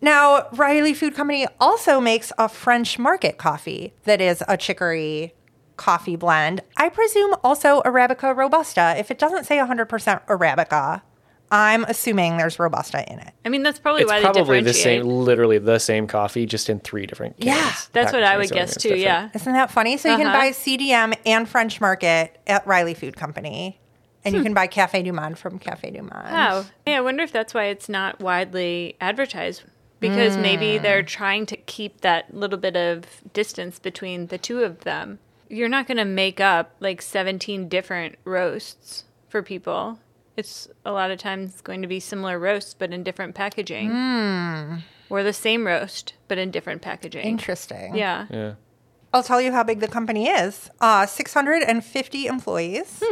Speaker 3: Now, Riley Food Company also makes a French market coffee that is a chicory coffee blend. I presume also Arabica Robusta. If it doesn't say 100% Arabica, I'm assuming there's Robusta in it.
Speaker 2: I mean, that's probably
Speaker 1: It's
Speaker 2: why they
Speaker 1: probably
Speaker 2: differentiate.
Speaker 1: the same, literally the same coffee, just in three different.
Speaker 3: Yeah.
Speaker 1: cans.
Speaker 2: That's what I
Speaker 1: Packaging,
Speaker 2: would
Speaker 1: so mean,
Speaker 2: guess
Speaker 1: it's
Speaker 2: too.
Speaker 1: different.
Speaker 2: Yeah.
Speaker 3: Isn't that funny? So you can
Speaker 2: Uh-huh.
Speaker 3: buy CDM and French market at Riley Food Company, and
Speaker 2: Hmm.
Speaker 3: you can buy Cafe Du Monde from Cafe Du Monde.
Speaker 2: Wow. Hey, Oh, I wonder if that's why it's not widely advertised because
Speaker 3: Hmm.
Speaker 2: maybe they're trying to keep that little bit of distance between the two of them. You're not going to make up like 17 different roasts for people. It's a lot of times going to be similar roasts, but in different packaging. Or the same roast, but in different packaging.
Speaker 3: Hmm. Interesting.
Speaker 2: Yeah.
Speaker 1: Yeah.
Speaker 3: I'll tell you how big the company is uh, 650 employees,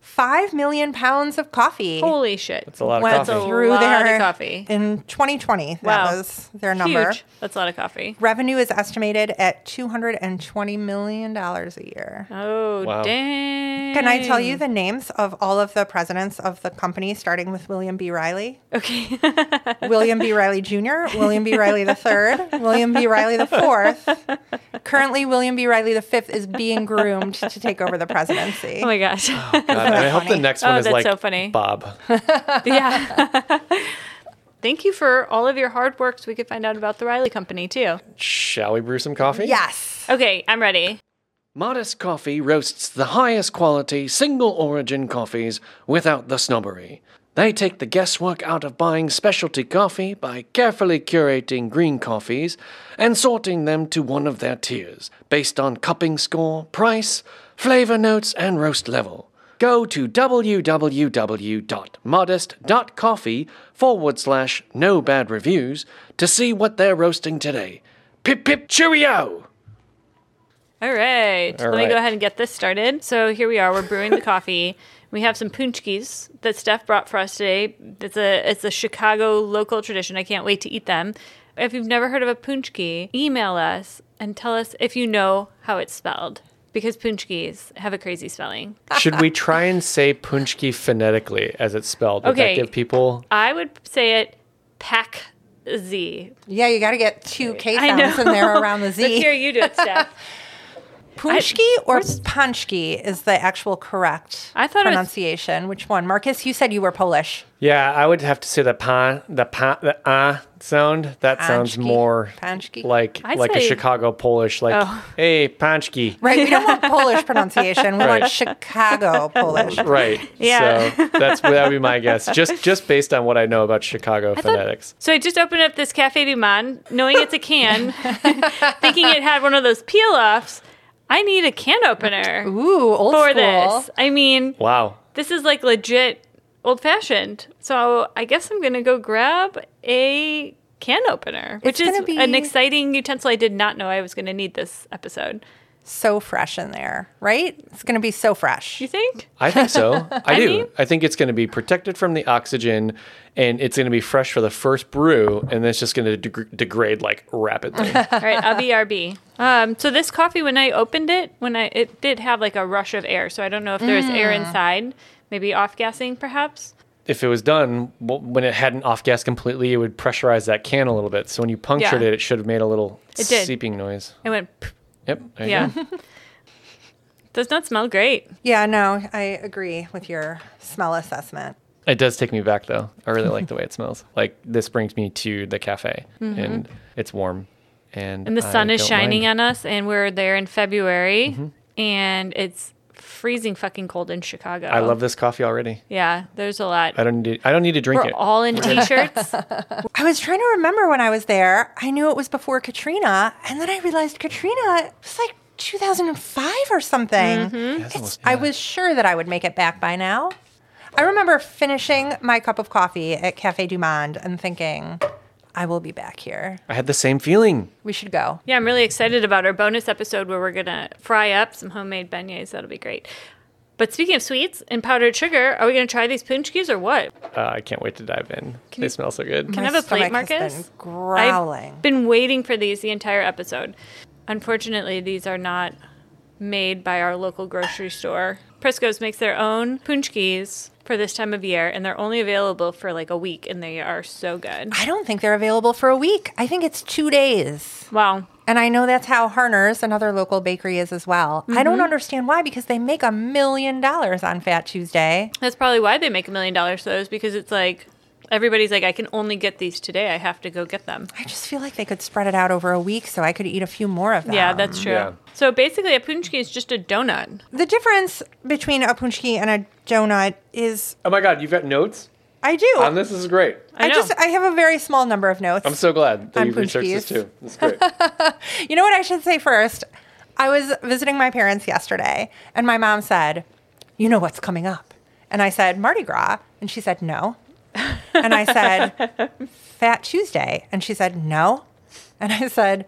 Speaker 3: 5 million pounds of coffee.
Speaker 2: Hmm. Holy shit.
Speaker 1: It's a lot of
Speaker 3: went
Speaker 1: coffee.
Speaker 2: a
Speaker 3: through
Speaker 2: lot
Speaker 3: their
Speaker 2: of coffee.
Speaker 3: in 2020.
Speaker 2: Wow.
Speaker 3: That was their number.
Speaker 2: Huge. That's a lot of coffee.
Speaker 3: Revenue is estimated at 220 million dollars a year.
Speaker 2: Oh,
Speaker 1: Wow.
Speaker 2: dang.
Speaker 3: Can I tell you the names of all of the presidents of the company, starting with William B. Riley,
Speaker 2: Okay.
Speaker 3: William B. Riley Jr., William B. Riley III, William B. Riley IV? Currently, William B. Riley V is being groomed to take over the presidency.
Speaker 2: oh my gosh.
Speaker 1: God, I hope the
Speaker 3: funny?
Speaker 1: next
Speaker 2: Oh,
Speaker 1: one is
Speaker 2: that's
Speaker 1: like
Speaker 2: so funny.
Speaker 1: Bob.
Speaker 2: yeah. Thank you for all of your hard work so we could find out about the Riley Company too.
Speaker 1: Shall we brew some coffee?
Speaker 3: yes.
Speaker 2: Okay, I'm ready.
Speaker 1: Modest Coffee roasts the highest quality single origin coffees without the snobbery. They take the guesswork out of buying specialty coffee by carefully curating green coffees and sorting them to one of their tiers based on cupping score, price, flavor notes, and roast level. Go to www.modest.coffee forward slash no bad reviews to see what they're roasting today. Pip pip cheerio!
Speaker 2: All right.
Speaker 1: All
Speaker 2: Let me go
Speaker 1: right.
Speaker 2: ahead and get this started. So here we are. We're brewing the coffee. We have some punchkis that Steph brought for us today. It's a it's a Chicago local tradition. I can't wait to eat them. If you've never heard of a punchki, email us and tell us if you know how it's spelled because punchkis have a crazy spelling.
Speaker 1: Should we try and say punchki phonetically as it's spelled? Would
Speaker 2: Okay.
Speaker 1: that give people
Speaker 2: I would say it pack z
Speaker 3: Yeah, you got to get two K
Speaker 2: I
Speaker 3: sounds in
Speaker 2: know.
Speaker 3: there around the
Speaker 2: Let's hear
Speaker 3: Z.
Speaker 2: you do it, Steph.
Speaker 3: Punchki or Panchki is the actual correct
Speaker 2: I thought it was-
Speaker 3: pronunciation. Which one? Marcus, you said you were Polish.
Speaker 1: Yeah, I would have to say the pan the pan the ah sound. That sounds
Speaker 3: Panchki.
Speaker 1: more
Speaker 3: Panchki.
Speaker 1: like
Speaker 2: I'd
Speaker 1: like
Speaker 2: say-
Speaker 1: a Chicago Polish like
Speaker 2: Oh.
Speaker 1: hey panchki.
Speaker 3: Right. We don't want Polish pronunciation. We want
Speaker 1: Right.
Speaker 3: Chicago Polish.
Speaker 1: Right.
Speaker 2: Yeah.
Speaker 1: So that's that would be my guess. Just just based on what I know about Chicago
Speaker 2: thought-
Speaker 1: phonetics.
Speaker 2: So I just opened up this Cafe Du Monde, knowing it's a can, thinking it had one of those peel offs. I need a can opener
Speaker 3: Ooh, old
Speaker 2: for
Speaker 3: school.
Speaker 2: this. I mean,
Speaker 1: Wow.
Speaker 2: this is like legit old fashioned. So I guess I'm going to go grab a can opener, which
Speaker 3: It's
Speaker 2: is
Speaker 3: gonna be-
Speaker 2: an exciting utensil I did not know I was going to need this episode.
Speaker 3: So fresh in there, right? It's gonna be so fresh.
Speaker 2: Do you think?
Speaker 1: I think so. I, do.
Speaker 2: mean-
Speaker 1: I think it's going to be protected from the oxygen, and it's going to be fresh for the first brew, and then it's just going to deg- degrade like rapidly.
Speaker 2: All right, RBRB. Um, so this coffee, when I opened it, when I it did have like a rush of air, so I don't know if there was air
Speaker 3: Mm.
Speaker 2: inside, maybe off gassing, perhaps.
Speaker 1: if it was done w- when it hadn't off gas completely, it would pressurize that can a little bit. So when you punctured
Speaker 2: Yeah.
Speaker 1: it, it should have made a little
Speaker 2: It did.
Speaker 1: seeping noise.
Speaker 2: It went, "Pff."
Speaker 1: Yep. there you
Speaker 2: yeah.
Speaker 1: go.
Speaker 2: Does not smell great.
Speaker 3: Yeah, no, I agree with your smell assessment.
Speaker 1: It does take me back though. I really like the way it smells. Like this brings me to the cafe, and it's warm, and
Speaker 2: Mm-hmm. And the
Speaker 1: I
Speaker 2: sun is
Speaker 1: don't
Speaker 2: shining
Speaker 1: mind. Mm-hmm.
Speaker 2: on us, and we're there in February, and it's freezing fucking cold in Chicago.
Speaker 1: I love this coffee already.
Speaker 2: Yeah, there's a lot.
Speaker 1: I don't need. I don't need to drink
Speaker 2: We're
Speaker 1: it.
Speaker 2: all in t-shirts.
Speaker 3: I was trying to remember when I was there. I knew it was before Katrina, and then I realized Katrina was like 2005 or something.
Speaker 1: That's almost-
Speaker 3: I
Speaker 1: yeah.
Speaker 3: was sure that I would make it back by now. I remember finishing my cup of coffee at Cafe Du Monde and thinking, I will be back here.
Speaker 1: I had the same feeling.
Speaker 3: We should go.
Speaker 2: yeah, I'm really excited about our bonus episode where we're gonna fry up some homemade beignets. That'll be great. But speaking of sweets and powdered sugar, are we gonna try these punchkis or what?
Speaker 1: Uh, I can't wait to dive in. they smell so good.
Speaker 2: Can
Speaker 3: My
Speaker 2: I have a plate,
Speaker 3: stomach has
Speaker 2: Marcus?
Speaker 3: been growling.
Speaker 2: I've been waiting for these the entire episode. Unfortunately, these are not made by our local grocery store. Prisco's makes their own punchkis. for this time of year, and they're only available for like a week, and they are so good.
Speaker 3: I don't think they're available for a week. I think it's two days.
Speaker 2: Wow.
Speaker 3: And I know that's how Harner's, another local bakery, is as well. I
Speaker 2: Mm-hmm.
Speaker 3: don't understand why, because they make a million dollars on Fat Tuesday.
Speaker 2: That's probably why they make a million dollars for those because it's like everybody's like, I can only get these today. I have to go get them.
Speaker 3: I just feel like they could spread it out over a week so I could eat a few more of them.
Speaker 2: yeah, that's true.
Speaker 1: yeah.
Speaker 2: So basically, a punchki is just a donut.
Speaker 3: the difference between a punchki and a donut is
Speaker 1: Oh my God, you've got notes
Speaker 3: I do.
Speaker 1: on this. This is great.
Speaker 2: I
Speaker 3: I,
Speaker 2: know.
Speaker 3: just I have a very small number of notes.
Speaker 1: I'm so glad that
Speaker 3: I'm
Speaker 1: you researched this
Speaker 3: Punchki's.
Speaker 1: too. It's great.
Speaker 3: You know what I should say first? I was visiting my parents yesterday, and my mom said, You know what's coming up? And I said, Mardi Gras. And she said, No. And I said, Fat Tuesday. And she said, No. And I said,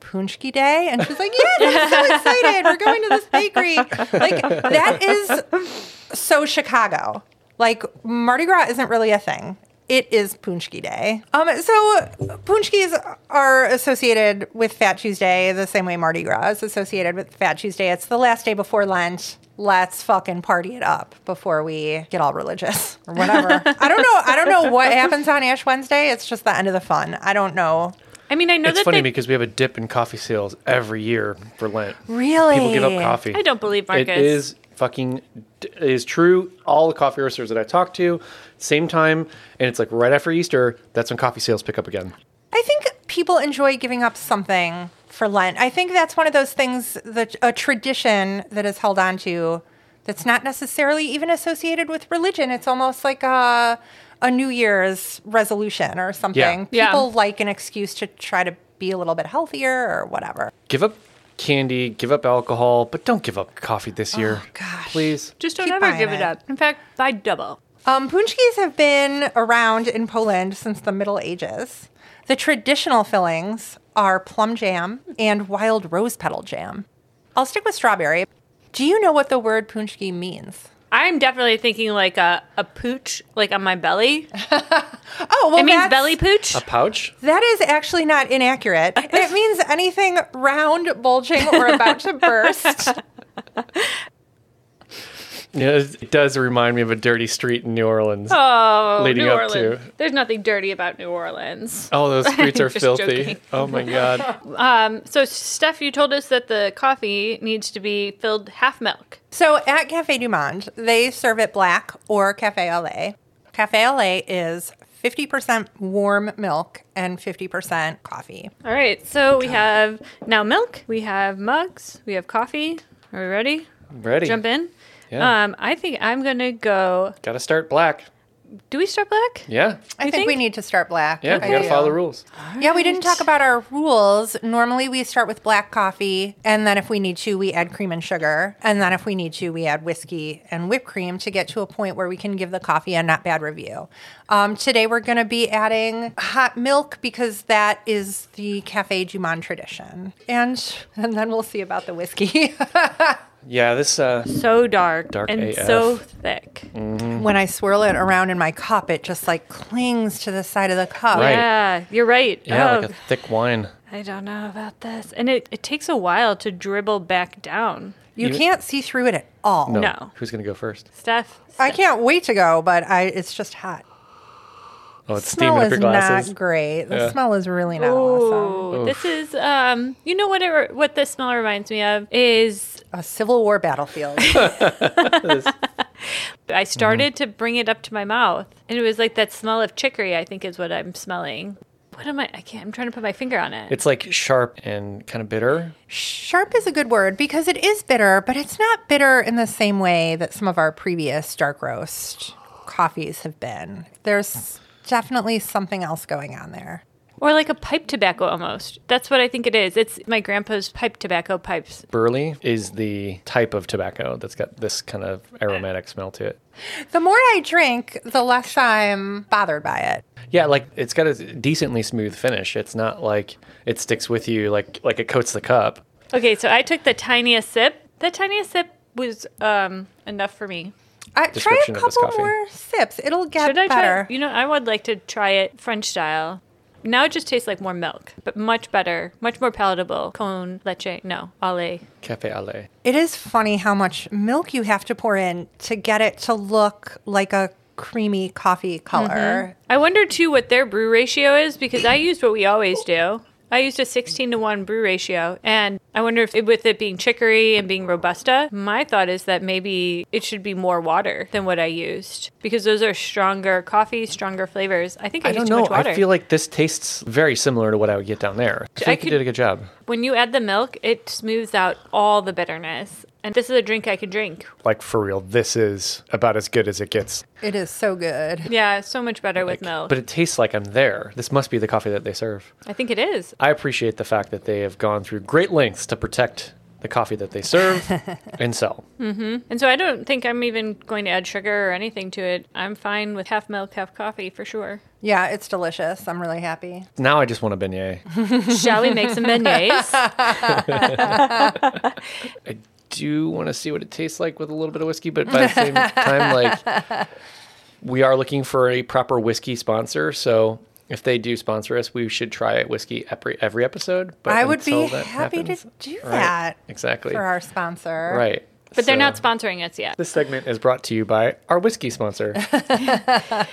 Speaker 3: Punchki Day. And she's like, Yeah, I'm so excited. We're going to this bakery. Like, that is so Chicago. Like, Mardi Gras isn't really a thing. It is Punchki Day. Um, so Punchkis are associated with Fat Tuesday the same way Mardi Gras is associated with Fat Tuesday. It's the last day before Lent. Let's fucking party it up before we get all religious or whatever. I don't know. I don't know what happens on Ash Wednesday. It's just the end of the fun. I don't know.
Speaker 2: I mean, I know
Speaker 1: It's
Speaker 2: that
Speaker 1: funny
Speaker 2: they.
Speaker 1: because we have a dip in coffee sales every year for Lent.
Speaker 3: Really?
Speaker 1: People give up coffee.
Speaker 2: I don't believe Marcus.
Speaker 1: It is fucking it is true. All the coffee roasters that I talk to, same time, and it's like right after Easter. That's when coffee sales pick up again.
Speaker 3: I think people enjoy giving up something for Lent. I think that's one of those things that a tradition that is held on to that's not necessarily even associated with religion. It's almost like a a New Year's resolution or something.
Speaker 2: Yeah.
Speaker 3: People like an excuse to try to be a little bit healthier or whatever.
Speaker 1: Give up candy, give up alcohol, but don't give up coffee this
Speaker 2: Oh,
Speaker 1: year.
Speaker 3: gosh.
Speaker 1: please.
Speaker 2: Just don't
Speaker 3: Keep
Speaker 2: ever
Speaker 3: buying
Speaker 2: give it
Speaker 3: it.
Speaker 2: up. In fact, buy double.
Speaker 3: Um, punchkis have been around in Poland since the Middle Ages. The traditional fillings are plum jam and wild rose petal jam. I'll stick with strawberry. Do you know what the word punchki means?
Speaker 2: I'm definitely thinking like a, a pooch, like on my belly.
Speaker 3: Oh, well,
Speaker 2: It means
Speaker 3: that's-
Speaker 2: belly pooch.
Speaker 1: A pouch?
Speaker 3: That is actually not inaccurate. It means anything round, bulging, or about to burst.
Speaker 1: Yeah, it does remind me of a dirty street in New Orleans.
Speaker 2: Oh,
Speaker 1: leading
Speaker 2: New
Speaker 1: up to- Oh.
Speaker 2: Orleans. There's nothing dirty about New Orleans.
Speaker 1: All those streets are
Speaker 2: Just
Speaker 1: filthy.
Speaker 2: joking.
Speaker 1: Oh my god.
Speaker 2: Um, so, Steph, you told us that the coffee needs to be filled half milk.
Speaker 3: So at Cafe Du Monde, they serve it black or Cafe LA. Cafe LA is 50% warm milk and 50% coffee.
Speaker 2: All right. So we have now milk. We have mugs. We have coffee. Are we ready?
Speaker 1: Ready.
Speaker 2: Jump in.
Speaker 1: Yeah.
Speaker 2: Um, I think I'm gonna go.
Speaker 1: Gotta start black.
Speaker 2: Do we start black?
Speaker 1: Yeah.
Speaker 3: I
Speaker 2: You
Speaker 3: think, we
Speaker 2: think?
Speaker 3: need to start black.
Speaker 1: Yeah,
Speaker 3: I
Speaker 1: you gotta
Speaker 3: do.
Speaker 1: follow the rules.
Speaker 3: Yeah, we didn't talk about our rules. Normally, we start with black coffee, and then if we need to, we add cream and sugar, and then if we need to, we add whiskey and whipped cream to get to a point where we can give the coffee a not bad review. Um, today, we're going to be adding hot milk because that is the Cafe Du Monde tradition, and and then we'll see about the whiskey.
Speaker 1: Yeah, this uh
Speaker 2: So dark,
Speaker 1: Dark
Speaker 2: and
Speaker 1: AF.
Speaker 2: so thick.
Speaker 1: Mm-hmm.
Speaker 3: when I swirl it around in my cup, it just like clings to the side of the cup.
Speaker 1: Right.
Speaker 2: Yeah, you're right.
Speaker 1: yeah,
Speaker 2: oh,
Speaker 1: like a thick wine.
Speaker 2: I don't know about this, and it, it takes a while to dribble back down.
Speaker 3: You
Speaker 1: You-
Speaker 3: can't see through it at all.
Speaker 1: No.
Speaker 2: No.
Speaker 1: Who's gonna go first?
Speaker 2: Steph,
Speaker 3: I can't wait to go, but I it's just hot.
Speaker 1: Oh, it's
Speaker 3: smell
Speaker 1: steaming up
Speaker 3: is
Speaker 1: your glasses.
Speaker 3: not great. The
Speaker 1: Yeah.
Speaker 3: smell is really not awesome.
Speaker 2: Ooh, this is um. You know what? It, what this smell reminds me of is
Speaker 3: A Civil War battlefield.
Speaker 2: I started to bring it up to my mouth, and it was like that smell of chicory. I think is what I'm smelling. What am I? I can't. I'm trying to put my finger on it.
Speaker 1: It's like sharp and kind of bitter.
Speaker 3: Sharp is a good word because it is bitter, but it's not bitter in the same way that some of our previous dark roast coffees have been. There's definitely something else going on there.
Speaker 2: or like a pipe tobacco almost. That's what I think it is. It's my grandpa's pipe tobacco pipes.
Speaker 1: Burley is the type of tobacco that's got this kind of aromatic smell to it.
Speaker 3: The more I drink, the less I'm bothered by it.
Speaker 1: Yeah, like it's got a decently smooth finish. It's not like it sticks with you like like it coats the cup.
Speaker 2: Okay, so I took the tiniest sip. The tiniest sip was um enough for me.
Speaker 3: I, try a
Speaker 1: Description of this
Speaker 3: couple
Speaker 1: coffee.
Speaker 3: more sips. It'll get
Speaker 2: Should I try?
Speaker 3: better.
Speaker 2: You know, I would like to try it French style. Now it just tastes like more milk, but much better, much more palatable. Con leche, no, ale.
Speaker 1: Cafe Ale.
Speaker 3: It is funny how much milk you have to pour in to get it to look like a creamy coffee color.
Speaker 2: I wonder too what their brew ratio is because I used what we always do. I used a 16 to 1 brew ratio. And I wonder if, it, with it being chicory and being Robusta, my thought is that maybe it should be more water than what I used because those are stronger coffee, stronger flavors. I think I,
Speaker 1: I don't
Speaker 2: used too
Speaker 1: know.
Speaker 2: much water.
Speaker 1: I feel like this tastes very similar to what I would get down there. I think you
Speaker 2: could-
Speaker 1: did a good job.
Speaker 2: when you add the milk, it smooths out all the bitterness. And this is a drink I could drink.
Speaker 4: Like for real, this is about as good as it gets.
Speaker 2: Mm-hmm.
Speaker 3: It is so good.
Speaker 2: Yeah, it's so much better with milk.
Speaker 1: But it tastes like I'm there. This must be the coffee that they serve.
Speaker 2: I think it is.
Speaker 1: I appreciate the fact that they have gone through great lengths to protect the coffee that they serve and sell.
Speaker 2: And so I don't think I'm even going to add sugar or anything to it. I'm fine with half milk, half coffee for sure.
Speaker 3: Yeah, it's delicious. I'm really happy.
Speaker 1: Now I just want a beignet.
Speaker 2: Shall we make some beignets?
Speaker 1: I do want to see what it tastes like with a little bit of whiskey, but by the same time, like we are looking for a proper whiskey sponsor, so. If they do sponsor us, we should try whiskey every every episode. But
Speaker 3: I would be
Speaker 1: until that
Speaker 3: happy to
Speaker 1: happens-
Speaker 3: do
Speaker 1: Right,
Speaker 3: that
Speaker 1: exactly.
Speaker 3: for our sponsor.
Speaker 1: Right.
Speaker 2: But they're
Speaker 1: So,
Speaker 2: not sponsoring us yet.
Speaker 1: This segment is brought to you by our whiskey sponsor.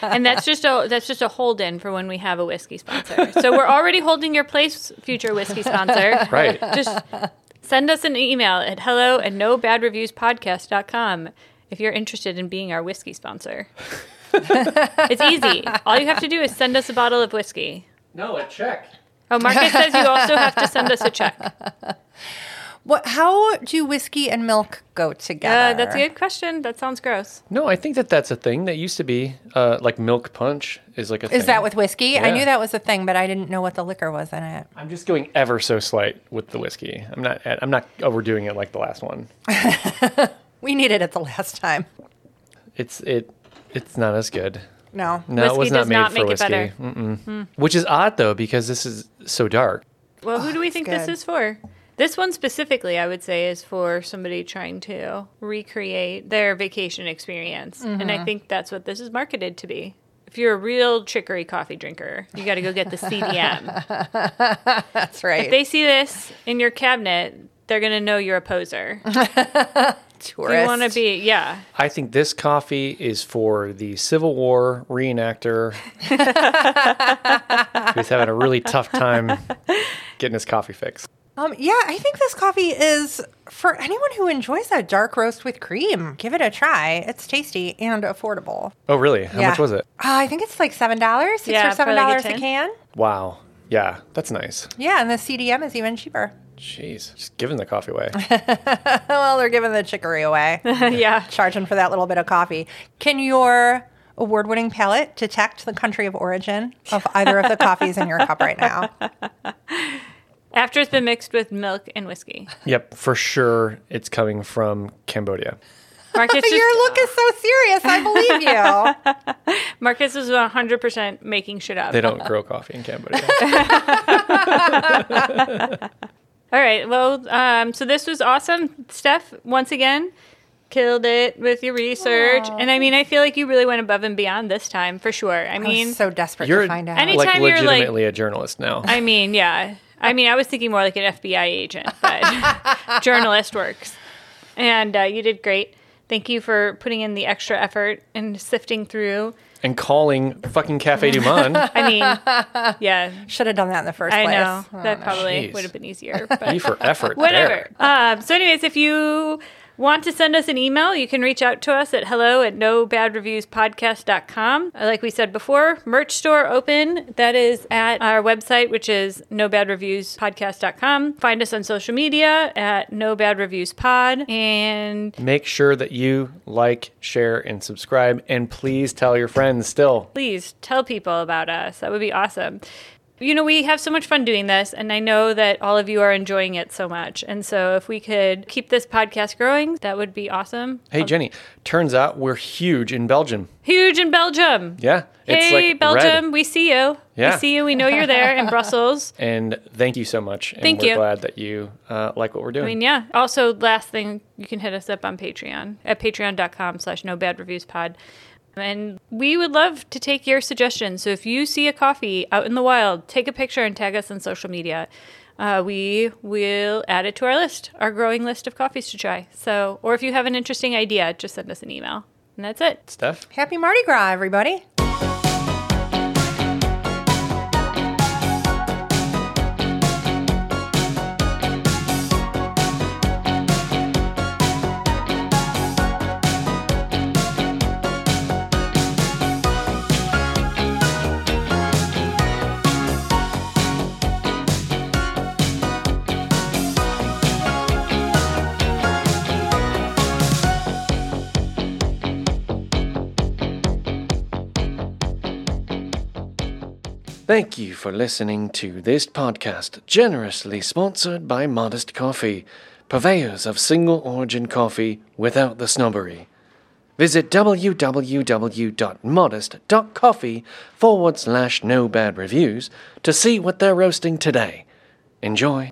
Speaker 2: And that's just a that's just a hold in for when we have a whiskey sponsor. So we're already holding your place, future whiskey sponsor.
Speaker 1: Right.
Speaker 2: Just send us an email at hello and no bad reviews podcast.com if you're interested in being our whiskey sponsor. it's easy. All you have to do is send us a bottle of whiskey.
Speaker 1: no, a check.
Speaker 2: Oh, Marcus says you also have to send us a check.
Speaker 3: What? How do whiskey and milk go
Speaker 2: Uh,
Speaker 3: together?
Speaker 2: that's a good question. That sounds gross.
Speaker 1: No, I think that that's a thing that used to be uh, like milk punch is like a
Speaker 3: Is that with whiskey? I
Speaker 1: Yeah.
Speaker 3: knew that was a thing, but I didn't know what the liquor was in it.
Speaker 1: I'm just going ever so slight with the whiskey. I'm not I'm not overdoing it like the last one.
Speaker 3: We needed it the last time.
Speaker 1: It's it it's not as good.
Speaker 3: No.
Speaker 1: No, it
Speaker 2: Whiskey
Speaker 1: was not
Speaker 2: does
Speaker 1: made
Speaker 2: not
Speaker 1: for
Speaker 2: make it
Speaker 1: whiskey.
Speaker 2: better. Hmm.
Speaker 1: Mm-mm. Which is odd though because this is so dark.
Speaker 2: Well, who do we think this
Speaker 3: Oh, good.
Speaker 2: is for? This one specifically, I would say, is for somebody trying to recreate their vacation experience. And
Speaker 3: Mm-hmm.
Speaker 2: I think that's what this is marketed to be. If you're a real chicory coffee drinker, you got to go get the CDM.
Speaker 3: That's right.
Speaker 2: they see this in your cabinet, they're going to know you're a poser.
Speaker 3: Tourist.
Speaker 2: You want to be, yeah.
Speaker 1: I think this coffee is for the Civil War reenactor who's having a really tough time getting his coffee fix.
Speaker 3: Um, yeah, I think this coffee is for anyone who enjoys a dark roast with cream. Give it a try. It's tasty and affordable.
Speaker 1: Oh, really? How much
Speaker 3: Yeah.
Speaker 1: was it?
Speaker 3: Uh, I think it's like seven dollars, six
Speaker 2: Yeah,
Speaker 3: or seven
Speaker 2: probably like a
Speaker 3: dollars a
Speaker 2: tin.
Speaker 3: can.
Speaker 1: Wow. Yeah, that's nice.
Speaker 3: Yeah, and the CDM is even cheaper. Oh,
Speaker 1: Jeez, just giving the coffee away.
Speaker 3: well, they're giving the chicory away,
Speaker 2: yeah.
Speaker 3: charging for that little bit of coffee. Can your award-winning palate detect the country of origin of either of the coffees in your cup right now?
Speaker 2: After it's been mixed with milk and whiskey.
Speaker 1: yep, for sure it's coming from Cambodia.
Speaker 2: Marcus, just,
Speaker 3: Your look is so serious. I believe you.
Speaker 2: Marcus is 100% making shit up.
Speaker 1: They don't grow coffee in Cambodia.
Speaker 2: All right. Well, um, so this was awesome, Steph. Once again, killed it with your research, and I mean, I feel like you really went above and beyond this time for sure. I
Speaker 3: I
Speaker 2: mean,
Speaker 3: was so desperate
Speaker 1: You're
Speaker 3: to find out.
Speaker 2: Any-
Speaker 1: like
Speaker 2: Anytime you're, like-
Speaker 1: legitimately a journalist now.
Speaker 2: I mean, yeah. I mean, I was thinking more like an FBI agent, but journalist works. And uh, you did great. Thank you for putting in the extra effort and sifting through.
Speaker 1: and calling fucking Cafe Du Monde.
Speaker 2: I mean, yeah,
Speaker 3: Should have done that in the first
Speaker 2: I
Speaker 3: place.
Speaker 2: know that probably
Speaker 1: Jeez.
Speaker 2: would have been easier. But
Speaker 1: E for effort.
Speaker 2: whatever.
Speaker 1: there.
Speaker 2: Um, so, anyways, if you want to send us an email, you can reach out to us at hello at no bad reviews podcast.com. Uh, Like we said before, merch store open. That is at our website, which is no bad reviews podcast.com. Find us on social media at no bad reviews pod. And
Speaker 1: Make sure that you like, share, and subscribe. And please tell your friends still.
Speaker 2: please tell people about us. That would be awesome. You know, we have so much fun doing this, and I know that all of you are enjoying it so much. And so, if we could keep this podcast growing, that would be awesome.
Speaker 1: Hey, Jenny, turns out we're huge in Belgium.
Speaker 2: Huge in Belgium.
Speaker 1: Yeah.
Speaker 2: hey,
Speaker 1: red.
Speaker 2: Belgium, we see you.
Speaker 1: Yeah.
Speaker 2: We see you. We know you're there in Brussels.
Speaker 1: And thank you so much. And
Speaker 2: Thank
Speaker 1: we're
Speaker 2: you.
Speaker 1: glad that you uh, like what we're doing.
Speaker 2: I mean, yeah. Also, last thing, you can hit us up on Patreon at patreon.com slash no bad reviews pod. And we would love to take your suggestions. So if you see a coffee out in the wild, take a picture and tag us on social media. Uh, we will add it to our list, our growing list of coffees to try. So, or if you have an interesting idea, just send us an email. And that's it.
Speaker 5: Steph?
Speaker 3: Happy Mardi Gras, everybody.
Speaker 5: Thank you for listening to this podcast, generously sponsored by Modest Coffee, purveyors of single origin coffee without the snobbery. Visit www.modest.coffee forward slash no bad reviews to see what they're roasting today. Enjoy.